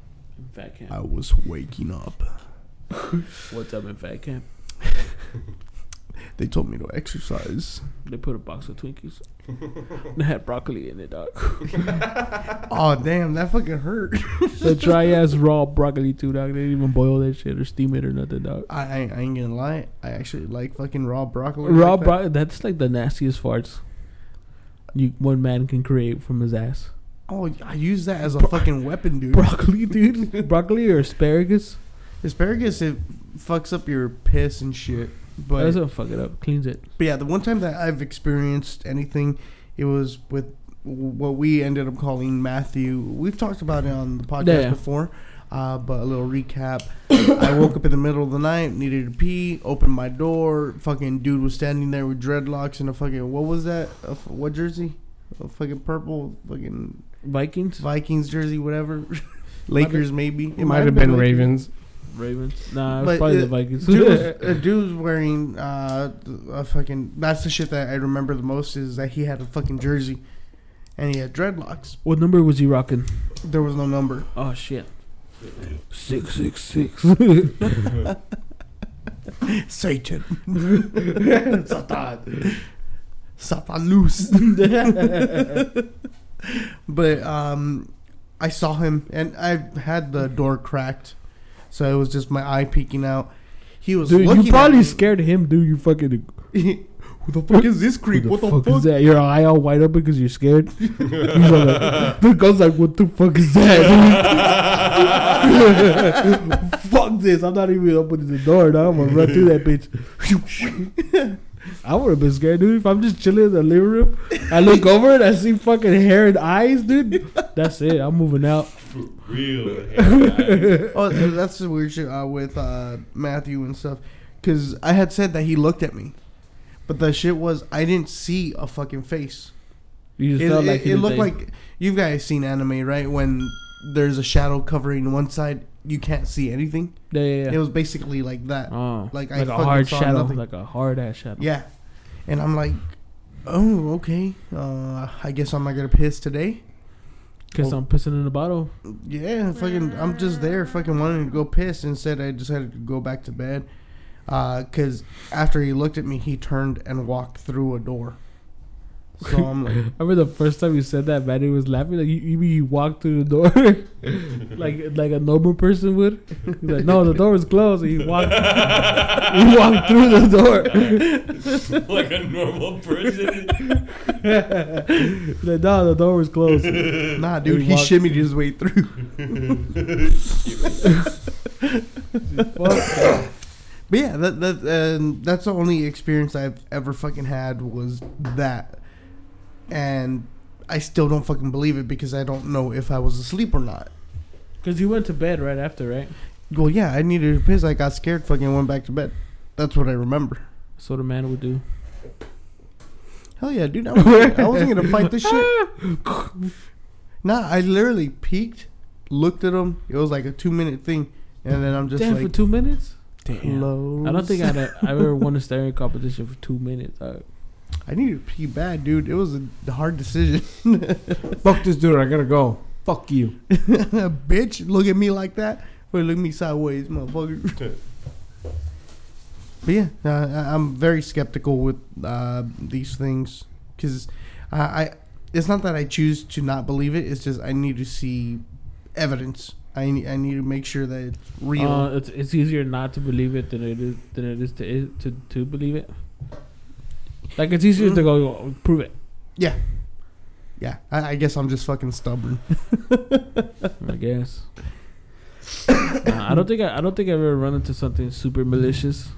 Fat cat.
I was waking up
What's up in fat camp?
They told me to exercise.
They put a box of
*laughs*
Twinkies. they had broccoli in it, dog. *laughs*
Oh damn, that fucking hurt.
the dry ass raw broccoli too, dog. They didn't even boil that shit or steam it or nothing, dog.
I, I, I ain't gonna lie. I actually like fucking raw broccoli.
raw
like that.
broccoli. That's like the nastiest farts you one man can create from his
*laughs*
ass.
Oh, I use that as a fucking weapon, dude.
Broccoli, dude. broccoli or asparagus?
Asparagus it fucks up your piss and shit.
But
But,
doesn't fuck it up. Cleans it.
but yeah, the one time that I've experienced anything, it was with what we ended up calling Matthew. We've talked about it on the podcast
Yeah, yeah.
before. Uh, but a little recap. *coughs* I woke up in the middle of the night, needed to pee, opened my door. Fucking dude was standing there with dreadlocks and a fucking what was that? A f what jersey? A fucking purple fucking
Vikings,
Vikings jersey, whatever. Lakers, maybe.
It might have been
Lakers.
Ravens.
Ravens. Nah, it was
But,
probably
uh,
the Vikings. *laughs*
Dude was, a dude was wearing uh, a fucking. That's the shit that I remember the most is that he had a fucking jersey, and he had dreadlocks.
what number was he rocking?
There was no
*laughs*
number.
Oh shit. Six six six. *laughs*
Satan. *laughs* Satan. Satan loose. *laughs* but um, I saw him, and I had the door cracked, so it was just my eye peeking out. He was
Dude,
looking
you probably
at me.
scared him, dude. You fucking
*laughs* Who the fuck is this creep?
Who
What the fuck?
is that? Your eye all wide open because you're scared. He's all like, the girl's like, "What the fuck is that?" *laughs* fuck this! I'm not even opening the door. Now I'm gonna run
*laughs*
through that bitch. *laughs* I would have been scared, dude. If I'm just chilling in the living room, I look over and I see fucking hair and eyes, dude. That's it. I'm moving out.
Real.
*laughs*
Oh, th- that's the weird shit uh, with uh, Matthew and stuff. Because I had said that he looked at me. But the shit was, I didn't see a fucking face.
You just
It,
felt
it-
like
it
you did
looked
that.
like. You guys seen anime, right? When there's a shadow covering one side, you can't see anything.
yeah, yeah,
It
yeah.
was basically like that.
Oh,
like
like,
I
a
fucking
hard
saw
shadow,
nothing.
like a hard ass shadow.
Yeah. And I'm like, oh, okay. Uh, I guess I'm not going to piss today.
because
Well-
I'm pissing in the bottle.
Yeah, fucking, I'm just there, fucking wanting to go piss. Instead, I decided to go back to bed. Because after he looked at me, he turned and walked through a door. So I'm like,
*laughs* I remember the first time you said that, Maddie was laughing. Like you, you mean you walked through the door, *laughs* like like a normal person would. He's like, no, the door is closed. And he
*laughs*
walked, *laughs* he walked through the door.
*laughs*
like a normal person.
He's like, no, the door was
*laughs*
closed.
nah, dude, he
walked-
shimmied his way *laughs* through.
Fuck.
But yeah, that, that um, that's the only experience I've ever fucking had was that. And I still don't fucking believe it because I don't know if I was asleep or not.
Cause you went to bed right after, right?
Well, yeah, I needed to piss. I got scared, fucking went back to bed. That's what I remember.
So the man would do.
Hell yeah, *laughs* dude. I wasn't, I wasn't gonna fight this
*laughs*
shit. nah, I literally peeked, looked at him. It was like a two minute thing, and then I'm just
Damn, for
like,
two minutes.
close.
I don't think I'd, I ever won a staring competition for two minutes. dog.
I needed to pee bad, dude. It was a hard decision.
Fuck this dude. I gotta go. Fuck you.
*laughs* Bitch, look at me like that. But look at me sideways, motherfucker. but yeah, uh, I- I'm very skeptical with uh, these things because I, I. It's not that I choose to not believe it. It's just I need to see evidence. I, ne- I need to make sure that it's real.
Uh, it's, it's easier not to believe it than it is than it is to to to believe it. Like it's easier to go "Oh, prove it.
yeah, I, I guess I'm just fucking stubborn.
I
*coughs*
guess. Nah, I don't think I, I don't think I've ever run into something super malicious,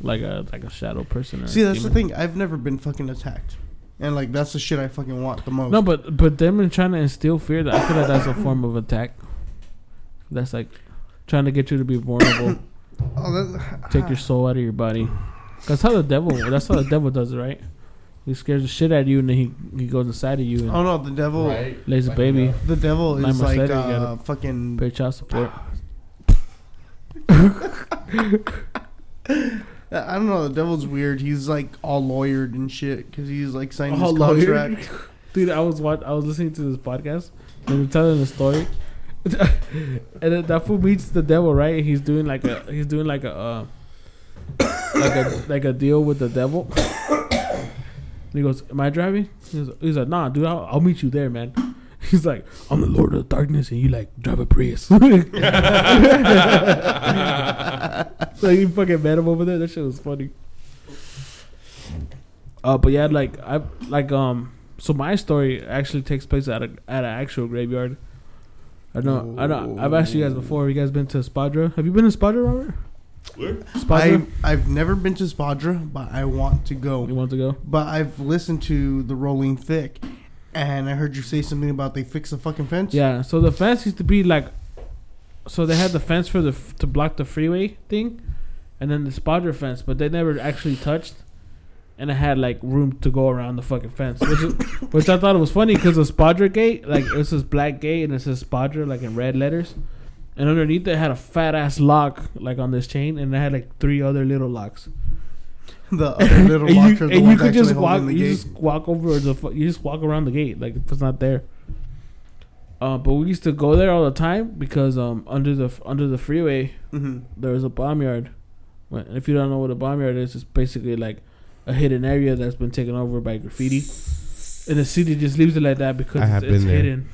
like a like a shadow person. Or a
See, that's the
demon.
thing. I've never been fucking attacked, and like that's the shit I fucking want the most.
No, but but them and trying to instill fear. That I feel like that's a form of attack. That's like trying to get you to be vulnerable,
Oh, that-
take
*sighs*
your soul out of your body. That's how the devil. That's how the devil does it, right? He scares the shit out of you, and then he, he goes inside of you and
oh no, the devil.
lays a baby.
The devil
Like
is
I
like
said, you
uh,
gotta-
fucking
Pay child support.
I don't know. The devil's weird. He's like all lawyered and shit because he's like signed
All
his
lawyered?
contract.
Dude, I was wat- I was listening to this podcast. They were telling the story, *laughs* and then that fool meets the devil, right? And he's doing like a he's doing like a uh, *coughs* like a like a deal with the devil. *coughs* And he goes, "Am I driving?" He goes- He's like, "Nah, dude, I'll, I'll meet you there, man." *laughs* He's like, "I'm the Lord of Darkness, and you like drive a Prius." *laughs* so you fucking met him over there. That shit was funny. Uh, but yeah, like I like um. So my story actually takes place at a at an actual graveyard. I know, I know. I've asked you guys before. Have you guys been to Spadra? Have you been to Spadra, Robert?
Where?
*laughs* Spadra,
I I've never been to Spadra, but I want to
you
go.
want to go?
But I've listened to the Rolling Thick, and I heard you say something about they fix the fucking fence.
Yeah. So the fence used to be like, so they had the fence for the f- to block the freeway thing, and then the Spadra fence, but they never actually touched. And it had like room to go around the fucking fence, which, is, which I thought it was funny because the Spadra gate, like it was this black gate and it says Spadra like in red letters, and underneath it had a fat ass lock like on this chain, and it had like three other little locks.
*laughs* the other little
and
locker.
you,
the
and you
ones
could just
actually
walk.
holding
You
the gate.
just walk over the. fu- You just walk around the gate like if it's not there. Uh, but we used to go there all the time because um under the under the freeway
Mhm.
there was a bomb yard. Well, And if you don't know what a bomb yard is, it's basically like a hidden area that's been taken over by graffiti, and the city just leaves it like that because
I have
it's, it's
been there.
hidden.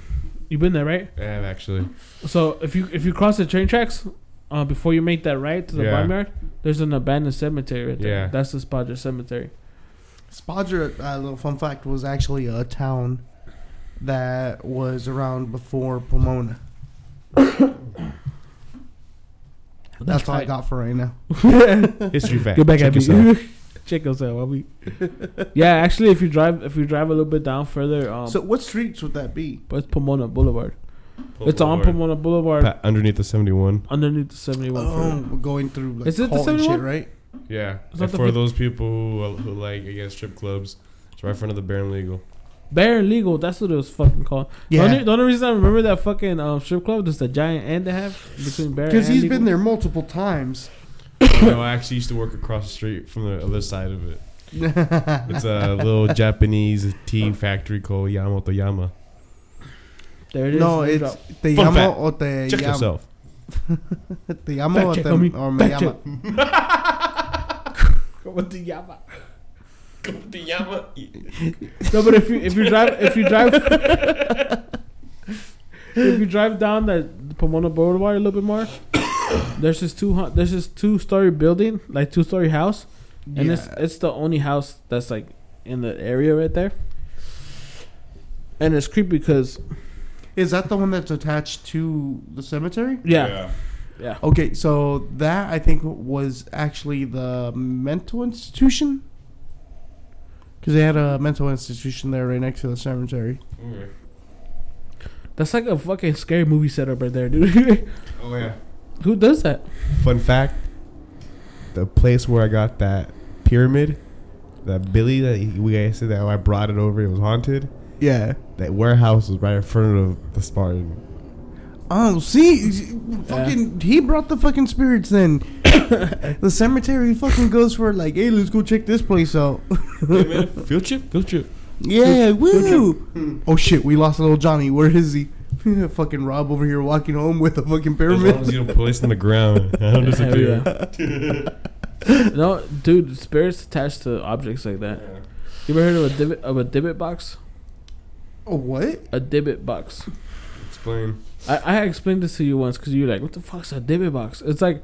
You've been there, right?
I have actually.
So if you if you cross the train tracks, uh, before you make that right to the
Yeah.
barnyard, there's an abandoned cemetery right there.
Yeah.
That's the Spadra Cemetery.
Spadra, uh, little fun fact, was actually a town that was around before Pomona. That's all I
right.
got for right now.
*laughs*
*laughs*
History fact.
Get back
Check
at
yourself.
me. Check yourself. I'll be. *laughs* yeah, actually, if you drive, if you drive a little bit down further, um,
So, what streets would that be?
but it's Pomona Boulevard. *laughs* it's on
Boulevard.
Pomona Boulevard,
Pa- underneath the 71.
underneath the seventy-one.
Oh,
freeway.
we're going through like
Is it the
Colt and shit,
71?
right?
Yeah.
Is that the
for
fi-
those people who, who like, I guess, strip clubs, it's right in front of the Baron Legal.
Bare legal. That's what it was fucking called.
Yeah.
The only, the only reason I remember that fucking um, strip club is the giant end they have between Bare.
Because
Because
he's been there multiple times.
*laughs* no, I actually used to work across the street from the other side of it.
*laughs*
It's a little Japanese tea factory called Yamotoyama.
There it is.
no,
name
it's
drop.
te
Fun
llamo
fact.
o te
Check
llamo.
yourself.
Te llamo
Fact
o
check
te
on me.
or me
Fact
llama.
What the yaba?
The Yama.
No, but if you if you drive if you
*laughs*
drive if you drive down that Pomona Boulevard a little bit more, *coughs* there's this two hu- there's this two story building like two story house, and it's
Yeah.
it's the only house that's like in the area right there. And it's creepy because
Is that the one that's attached to the cemetery?
yeah,
Okay, so that I think was actually the mental institution. Because they had a mental institution there right next to the cemetery.
Okay.
that's like a fucking scary movie setup right there, dude. *laughs*
Oh, yeah.
Who does that?
Fun fact the place where I got that pyramid, that Billy that he- we guys said that I brought it over, it was haunted.
Yeah.
That warehouse was right in front of the Spartan.
Oh, see, fucking, he brought the fucking
*coughs*
spirits. Then the cemetery fucking goes for like, hey, let's go check this place out.
Hey,
*laughs*
man. Field trip? Field trip.
yeah, woo. Oh shit, we lost little Johnny. Where is he? *laughs* fucking Rob over here walking home with a fucking
As long as
pyramid.
you don't place in the ground, *laughs* I don't
Hell
disappear.
yeah. *laughs* no, dude, spirits attached to objects like that. You ever heard of a divot of a divot box?
Oh, what?
A divot box.
Explain.
I, I explained this to you once because you're like, "What the fuck's a divot box?" It's like,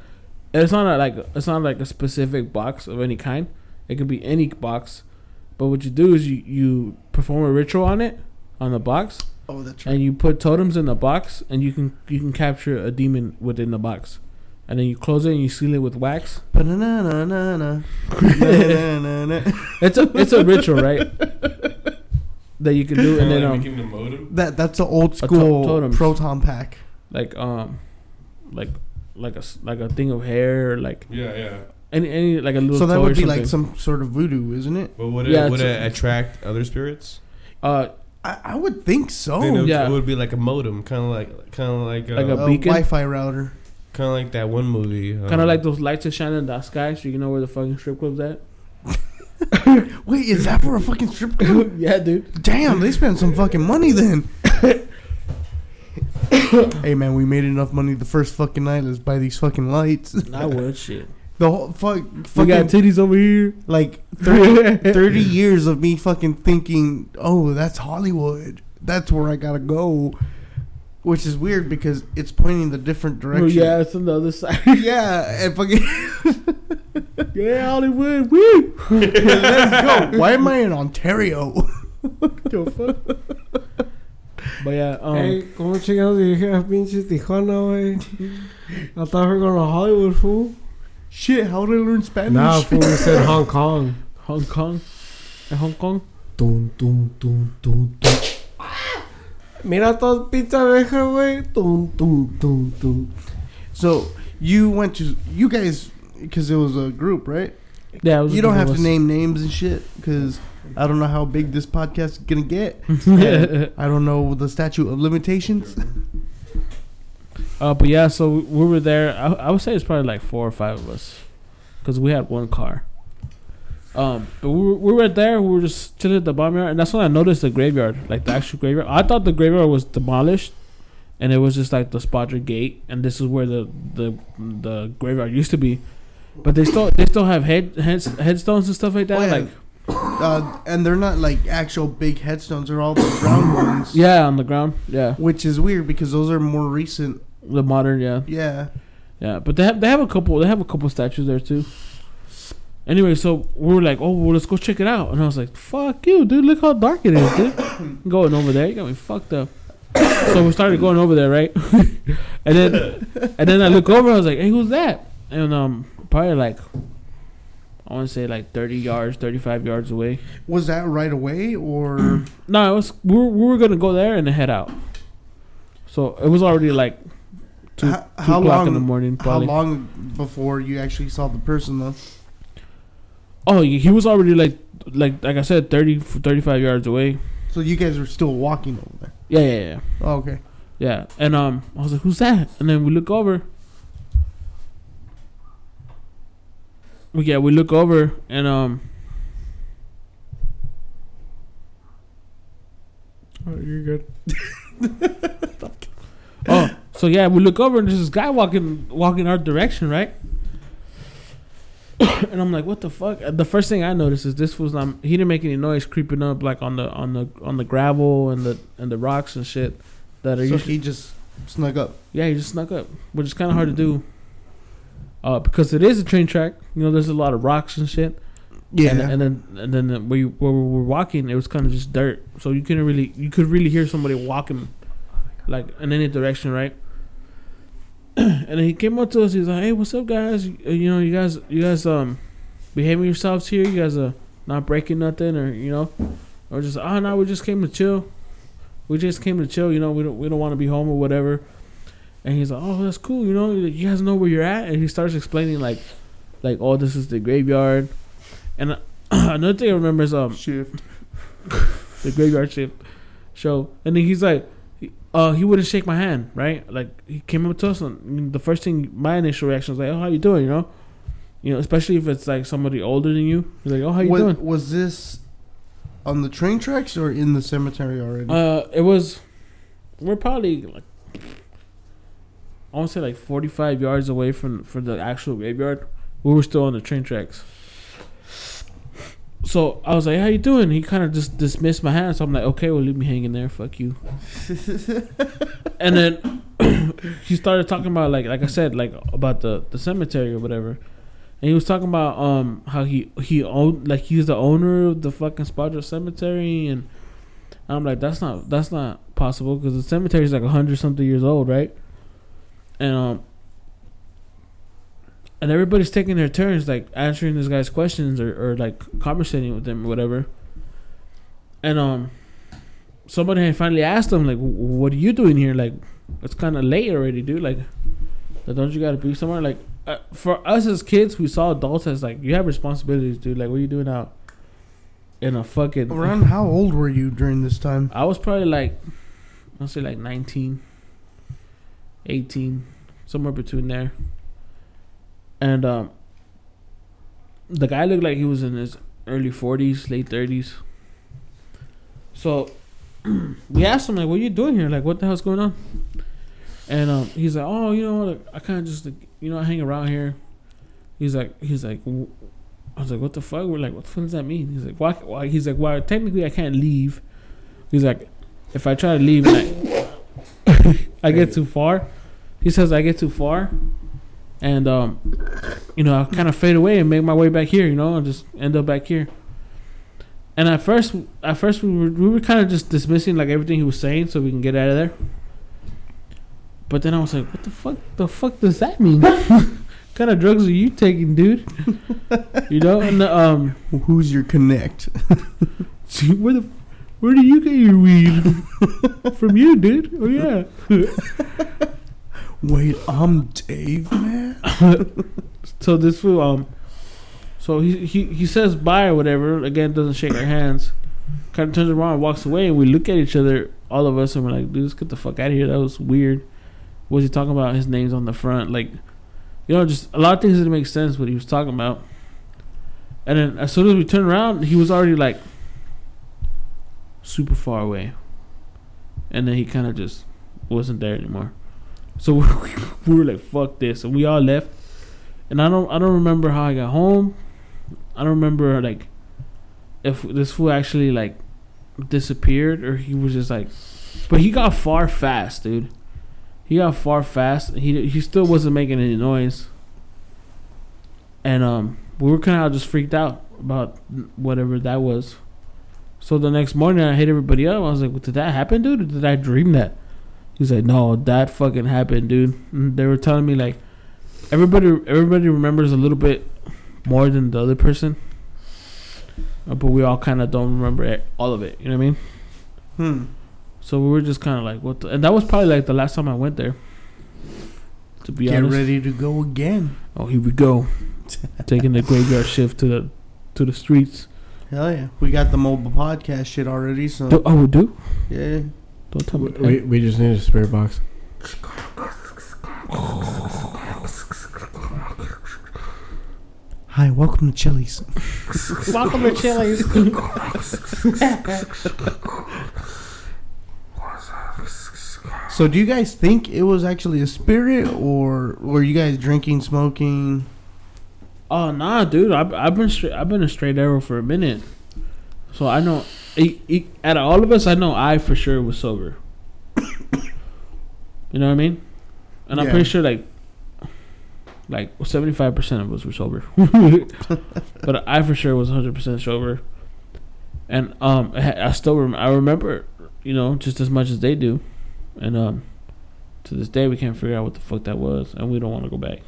it's not a, like it's not like a specific box of any kind. It can be any box, but what you do is you you perform a ritual on it, on the box,
Oh, that's right.
and you put totems in the box, and you can you can capture a demon within the box, and then you close it and you seal it with wax. *laughs*
Ba-na-na-na-na-na. Na-na-na-na.
It's a it's a ritual,
*laughs*
right? That you can do, and then um,
making the modem.
That that's the old
to-
school
totems.
proton pack.
like um, like like a s- like a thing of hair, or like
Yeah, yeah.
any any like a little.
So that
toy or
would be like
something.
some sort of voodoo, isn't it?
But would
it- Yeah, would it's- it
attract other spirits?
uh
I, I would think so.
Then it,
Oh, yeah.
would be like a modem, kind of like, kind of like,
Like
uh,
a
a
beacon?
Wi-Fi router.
kind of like that one movie. um,
Kind of like those lights that shine in the sky, so you know where the fucking strip club's at. *laughs*
Wait, is that for a fucking strip club?
yeah,
*coughs*
dude.
Damn, they spent some fucking money then. hey man, we made enough money the first fucking night. Let's buy these fucking lights.
I would shit.
The whole fuck,
We got
fucking
titties over here.
*laughs*
like 30, 30 years of me fucking thinking, oh, that's Hollywood. That's where I gotta go. Which is weird because it's pointing the
Oh,
different direction.
yeah, it's on the other side.
*laughs*
*laughs*
yeah. And fucking *laughs*
yeah, Hollywood. Woo.
let's go. Why am I in Ontario? *laughs*
Yo, fuck. But yeah, um,
hey, ¿cómo chingados dije a pinche Tijuana, güey?
*laughs*
I thought we were going to Hollywood, fool.
Shit, how did I learn Spanish?
Nah,
*laughs*
fool, we said Hong Kong.
Hong Kong. In Hong Kong.
Tum, tum, tum, tum, tum. Mira todas pinche abejas, güey. Tum, tum, tum, tum.
So you went to you guys because it was a group, right?
Yeah, it was
You
a
don't
group
have
of
to name names and shit because I don't know how big this podcast is gonna get. *laughs*
*laughs* us.
I don't know the statute of limitations.
uh, but yeah, so we were there. I, I would say it's probably like four or five of us, because we had one car. Um, but we were, we were there. We were just chilling at the barnyard, and that's when I noticed the graveyard, like the actual graveyard. I thought the graveyard was demolished, and it was just like the spotter gate, and this is where the the the graveyard used to be. But they still they still have head, head headstones and stuff like that.
Oh, yeah.
Like
uh, and they're not like actual big headstones; they're all the
*coughs*
round ones.
yeah, on the ground. Yeah,
which is weird because those are more recent.
the modern. Yeah.
Yeah,
Yeah, but they have they have a couple they have a couple statues there too. Anyway, so we were like, oh well, let's go check it out, and I was like, fuck you, dude, look how dark it is, dude. *coughs* going over there, you got me fucked up. *coughs* so we started going over there, right? *laughs* and then and then I look over, I was like, hey, who's that? And um, probably like, I want to say like thirty yards, thirty five yards away.
was that right away or
No, it was we were, we were gonna go there and then head out. So it was already like *coughs* Two-
how,
two
how
o'clock
long?
in the morning.
how
Probably.
long before you actually saw the person though?
Oh, he he was already like, like, like I said, 30, 35 yards away.
So you guys were still walking over there.
Yeah, yeah, yeah,
Oh, okay.
yeah. And um, I was like, "Who's that?" And then we look over. We yeah, we look over and um,
Oh, you're good.
*laughs* oh, so yeah, we look over and there's this guy walking, walking our direction, right? *coughs* and I'm like, "What the fuck?" And The first thing I noticed is this was not. He didn't make any noise creeping up like on the on the on the gravel and the and the rocks and shit that are
So
usually.
he just snuck up.
Yeah, he just snuck up, which is kind of hard to do. Uh, because it is a train track. You know, there's a lot of rocks and shit. And, and then and then we where we were walking, it was kind of just dirt. So you couldn't really you could really hear somebody walking, like in any direction, right? *clears throat* and then he came up to us. He's like, "Hey, what's up, guys? You, you know, you guys you guys um behaving yourselves here. You guys are not breaking nothing, or you know, or just oh no, we just came to chill. We just came to chill. You know, we don't we don't want to be home or whatever." And he's like, "Oh, that's cool. You know, you guys know where you're at." And he starts explaining like, like, "Oh, this is the graveyard." And uh, another thing I *clears throat* remember is um
Shift.
the graveyard shift show, and then he's like, he- uh, he wouldn't shake my hand, right? Like he came up to us, and the first thing my initial reaction was like, "Oh, how you doing?" You know, you know, especially if it's like somebody older than you. He's like, "Oh, how you
was,
doing?"
was this on the train tracks or in the cemetery already?
Uh, it was. We're probably like, I want to say like forty-five yards away from from the actual graveyard. We were still on the train tracks. So I was like, "How you doing?" He kind of just dismissed my hand. So I'm like, "Okay, well, leave me hanging there. Fuck you." and then *clears throat* he started talking about like like I said like about the the cemetery or whatever. And he was talking about um how he he owned like he's the owner of the fucking Spadra Cemetery and and I'm like, that's not that's not possible because the cemetery is like hundred something years old, right? And um, and everybody's taking their turns, like answering this guy's questions or, or like conversating with him or whatever. And um, somebody had finally asked him, like, "Wh- what are you doing here? Like, it's kind of late already, dude. Like, like, don't you gotta be somewhere? Like, uh, for us as kids, we saw adults as like, you have responsibilities, dude. Like, what are you doing out in a fucking
Around how old were you during this time?
I was probably like, I'll say like 19, 18, somewhere between there. And um, the guy looked like he was in his early 40s, late 30s. *clears throat* So we asked him, like, what are you doing here? Like, what the hell's going on? And um, he's like, oh, you know what? I kind of just, like, you know, I hang around here. He's like, he's like, w- I was like, what the fuck? We're like, what the fuck does that mean? He's like, why? why? He's like, well, technically I can't leave. He's like, if I try to leave and I, I get too far, he says I get too far, and um, you know, I kind of fade away and make my way back here. You know, and just end up back here. And at first, at first we were we were kind of just dismissing like everything he was saying so we can get out of there. But then I was like, what the fuck? The fuck does that mean? *laughs* kind of drugs are you taking, dude? *laughs* you know, and the, um,
Who's your connect?
*laughs* see, where the where do you get your weed from? You, dude? Oh yeah.
Wait, I'm Dave, man.
So this fool, um, so he he he says bye or whatever. Again, doesn't shake our hands. Kind of turns around, and walks away, and we look at each other, all of us, and we're like, "Dude, let's get the fuck out of here." That was weird. What was he talking about? His name's on the front, like, you know, just a lot of things didn't make sense what he was talking about. And then as soon as we turned around, he was already like super far away, and then he kind of just wasn't there anymore. So *laughs* we were like, "Fuck this!" and we all left and I don't I don't remember how I got home. I don't remember like if this fool actually like disappeared or he was just like, but he got far fast, dude. He got far fast. He he still wasn't making any noise, and um, we were kind of just freaked out about whatever that was. So the next morning, I hit everybody up. I was like, "Did that happen, dude? Or did I dream that?" He's like, "No, that fucking happened, dude." And they were telling me like everybody everybody remembers a little bit more than the other person, uh, but we all kind of don't remember it, all of it. You know what I mean?
Hmm.
So we were just kind of like, what? The, and that was probably like the last time I went there. To be
Get
honest,
ready to go again.
oh here we
*laughs*
go, taking the graveyard shift to the to the streets.
Hell yeah, we got the mobile podcast shit already. So
Do, oh, we do.
yeah,
Don't tell me.
We, we- we just need a spare *laughs* box.
hi, welcome to Chili's.
Welcome to Chili's.
So, do you guys think it was actually a spirit, or were you guys drinking, smoking?
Oh nah, dude. I've, I've been straight. I've been a straight arrow for a minute, so I know. e- e- Out of all of us, I know I for sure was sober. you know what I mean? And I'm
Yeah.
pretty sure like, like 75 percent of us were sober, *laughs* but I for sure was 100 percent sober. And um, I I still rem- I remember, you know, just as much as they do, and um, to this day we can't figure out what the fuck that was, and we don't want to go back.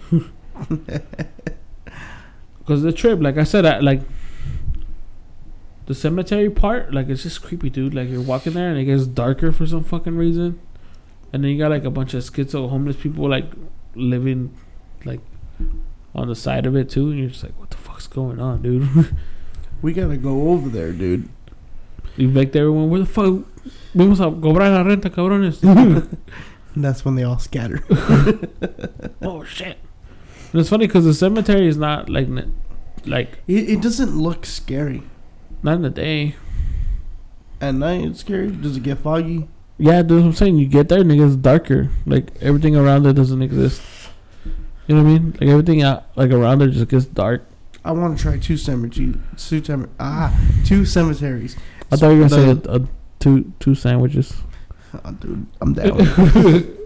Because the trip, like I said, I, like the cemetery part, like it's just creepy, dude. Like you're walking there and it gets darker for some fucking reason, and then you got like a bunch of schizo homeless people like living like on the side of it too, and you're just like, what the fuck's going on, dude? *laughs*
We gotta go over there, dude.
you back there, everyone, where the fuck? Vamos a cobrar la renta, cabrones.
And that's when they all scatter.
oh shit! And it's funny because the cemetery is not like n- like
It, it doesn't look scary
not in the day.
at night. It's scary. Does it get foggy?
Yeah, dude, I'm saying you get there and it gets darker. Like everything around it doesn't exist. You know what I mean? Like everything out, like around there just gets dark.
I want to try two cemeteries. Two cemeteries. Ah, two cemeteries.
I thought you were gonna say a, a two two sandwiches.
*laughs* Oh, dude, I'm down.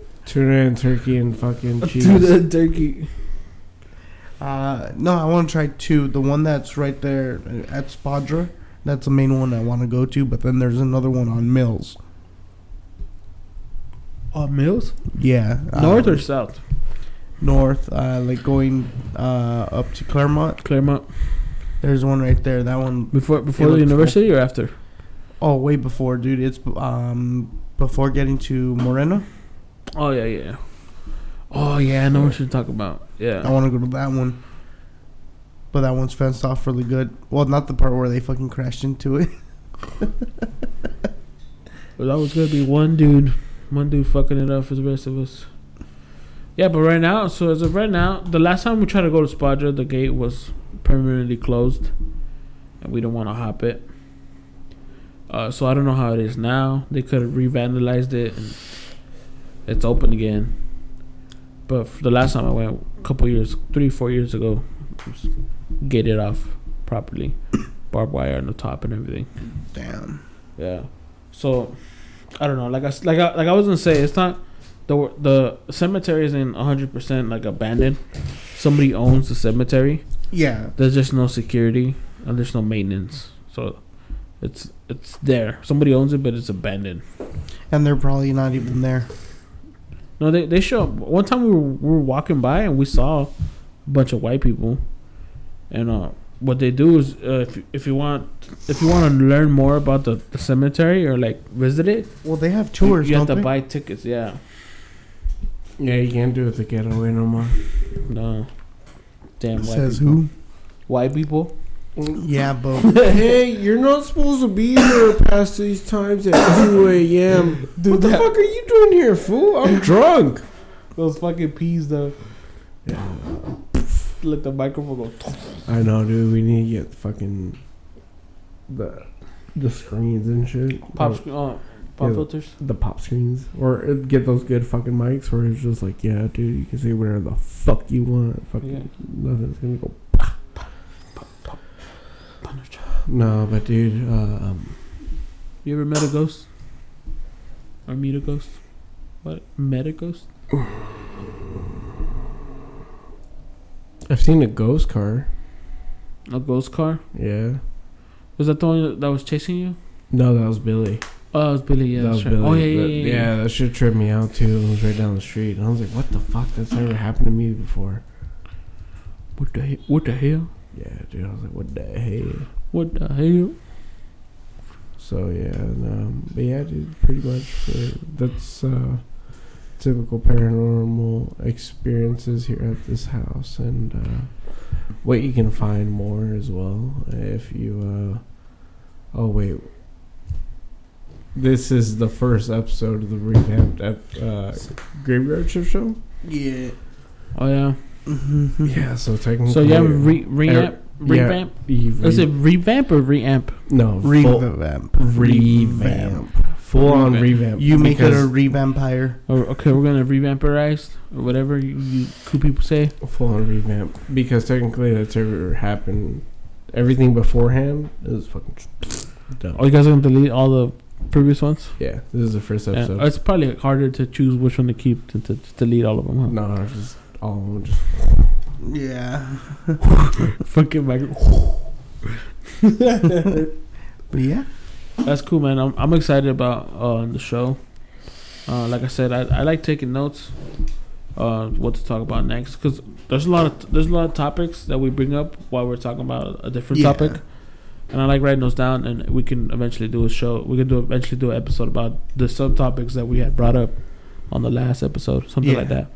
*laughs*
Tuna and turkey and fucking cheese.
turkey.
Uh, no, I want to try two. The one that's right there uh, at Spadra, that's the main one I want to go to. But then there's another one on Mills.
Oh, Mills?
Yeah,
North
uh,
or south?
north, uh, like going uh, up to Claremont.
Claremont.
There's one right there. That one,
Before before the
looks
university or after?
oh, way before, dude. It's um before getting to Moreno.
Oh yeah yeah. yeah. Oh yeah, I know what you're talking about.
I
Yeah.
want to go to that one. But that one's fenced off really good. Well, not the part where they fucking crashed into it. *laughs*
Well, that was gonna be one dude, one dude fucking it up for the rest of us. Yeah, but right now, so as of right now, the last time we tried to go to Spadra, the gate was permanently closed, and we don't want to hop it. Uh, so I don't know how it is now. They could have re-vandalized it, and it's open again. But for the last time I went, a couple years, three, four years ago, just gated off properly, *coughs* barbed wire on the top and everything.
Damn.
Yeah. So, I don't know. Like I s- like I, like I was gonna say, it's not the the cemetery isn't hundred percent like abandoned. Somebody owns the cemetery.
Yeah.
There's just no security and there's no maintenance. So, it's it's there. Somebody owns it, but it's abandoned.
And they're probably not even there.
No, they they show up. One time we were, we were walking by and we saw a bunch of white people, and uh, what they do is uh, if you- if you want if you want to learn more about the, the cemetery or like visit it,
Well, they have tours,
you, you
don't
have to
they?
buy tickets. Yeah,
Yeah, you can't do it the getaway no more.
no, damn white
Says
people. *laughs*
who?
White people.
Mm,
*laughs*
Yeah, but
hey, you're not supposed to be here past these
*coughs*
times at 2 a.m.
Dude,
what the
that-
fuck are you doing here, fool?
*laughs*
I'm drunk.
Those fucking peas though. Let the microphone go.
I know, dude. We need to get fucking the the screens and shit.
Pop
Or
screen. Oh, pop
Yeah.
filters.
the pop screens, or uh, get those good fucking mics where it's just like, yeah, dude, you can say whatever the fuck you want. Fucking
Yeah.
nothing's gonna go. No, but dude, uh, um,
You ever met a ghost? Or meet a ghost? What? Met a ghost?
I've seen a ghost car.
A ghost car?
Yeah.
Was that the one that was chasing you?
No, that was Billy.
Oh, it was Billy. Yeah,
that
that's
was
right.
Billy.
Oh yeah, yeah,
That-
yeah, yeah.
that shit tripped me out too. It was right down the street, and I was like, "What the fuck? That's never happened to me before."
What the he- what the hell?
Yeah, dude. I was like, "What the hell?"
What the hell?
So yeah, and, um, but yeah, dude. Pretty much, uh, that's uh, typical paranormal experiences here at this house, and uh, what you can find more as well if you. Uh, oh wait. This is the first episode of the revamped ep- uh, graveyard shift show.
yeah.
Oh yeah.
mm-hmm.
Yeah, so technically.
So yeah, re- revamp,
yeah. Mm.
revamp.
you re-
Is it revamp or reamp?
no
Revamp.
full, revamp, full on
Revamp.
revamp?
You make it a
because
revampire.
Or, Oh, okay, we're gonna revampirize or whatever you, you cool people say.
full on revamp because technically that's ever happened. Everything beforehand is fucking dumb.
Oh, you guys are gonna delete all the previous ones?
Yeah, this is the first
Yeah. Oh,
episode.
It's probably harder to choose which one to keep than to just delete all of them. Huh?
no, it's just all of them just
Yeah.
*laughs* Fucking micro.
But yeah.
That's cool, man. I'm, I'm excited about uh, the show. Uh, like I said, I, I like taking notes. Uh, what to talk about next? Because there's a lot of there's a lot of topics that we bring up while we're talking about a different
Yeah.
topic, and I like writing those down. And we can eventually do a show. We can do eventually do an episode about the subtopics that we had brought up on the last episode, something like
Yeah.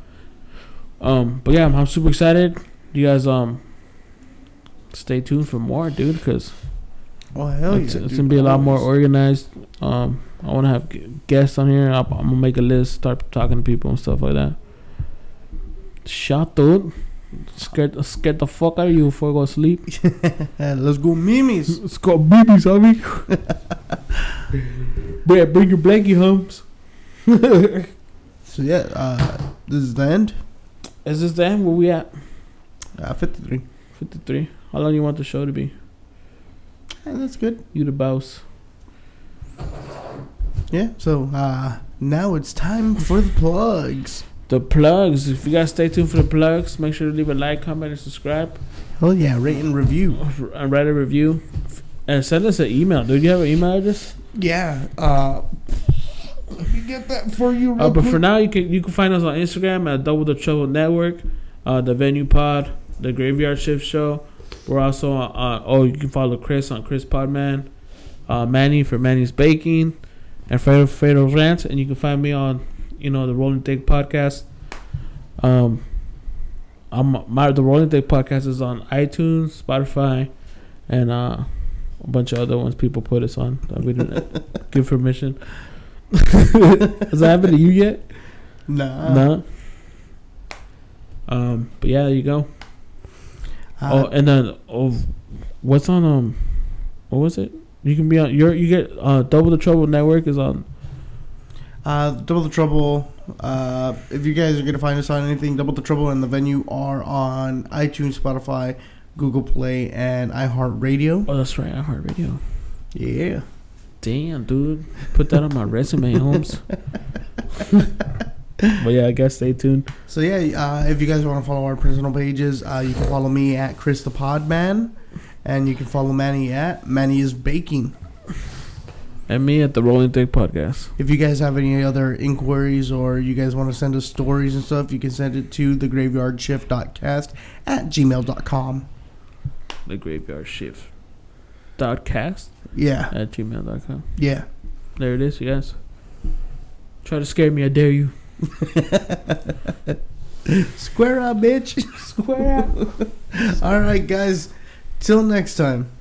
that. Um, but yeah, I'm, I'm super excited. You guys, um, stay tuned for more, dude, because
Oh hell
it's,
yeah.
it's
dude.
gonna be a lot more
Always.
organized. Um, I want to have gu- guests on here. I'll, I'm gonna make a list, start talking to people and stuff like that. Shot dude, scared scared the fuck out of you before I go to
*laughs*
sleep.
Yeah, let's go memes.
It's got babies, homie. Brad, bring your blankie, homes.
So yeah, uh, this is the end.
Is this the end? Where we at?
Uh, Fifty three.
Fifty three. How long you want the show to be?
that's good.
You the boss.
Yeah. So uh, now it's time for the plugs.
The plugs. If you guys stay tuned for the plugs, make sure to leave a like, comment, and subscribe.
Hell yeah, rate and review.
Uh, write a review and send us an email. Do you have an email address?
Yeah. Uh, let me get that for you. Real
Uh, but
quick.
for now, you can you can find us on Instagram at Double the Trouble Network, uh, the Venue Pod, the Graveyard Shift Show. We're also on, on oh you can follow Chris on Chris Podman, uh, Manny for Manny's Baking, and Fredo Fredo Rant, and you can find me on you know the Rolling Dick Podcast. Um, I'm my the Rolling Dick Podcast is on iTunes, Spotify, and uh, a bunch of other ones people put us on. that We didn't give permission. Has that happened to you yet?
nah. Uh,
no. Um, but yeah, there you go. oh,
Uh,
and then oh, what's on um, what was it? You can be on your you get uh double the trouble network is on
uh, double the trouble Uh, if you guys are going to find us on anything, Double the Trouble and the venue are on iTunes, Spotify, Google Play, and iHeartRadio.
Oh, that's right. I heard radio.
Yeah.
Damn, dude. Put that on my resume, Holmes. but yeah, I guess stay tuned.
So yeah, uh, if you guys want to follow our personal pages, uh, you can follow me at Chris the Podman, and you can follow Manny at Manny is Baking.
And me at the Rolling Dick Podcast.
If you guys have any other inquiries or you guys want to send us stories and stuff, you can send it to thegraveyardshift.cast at gmail.com.
The Graveyard Shift. Dot cast
Yeah,
at gmail.com.
yeah.
There it is, you guys. Try to scare me, I dare you.
*laughs* Square up, bitch. Square up. All right, guys. Till next time.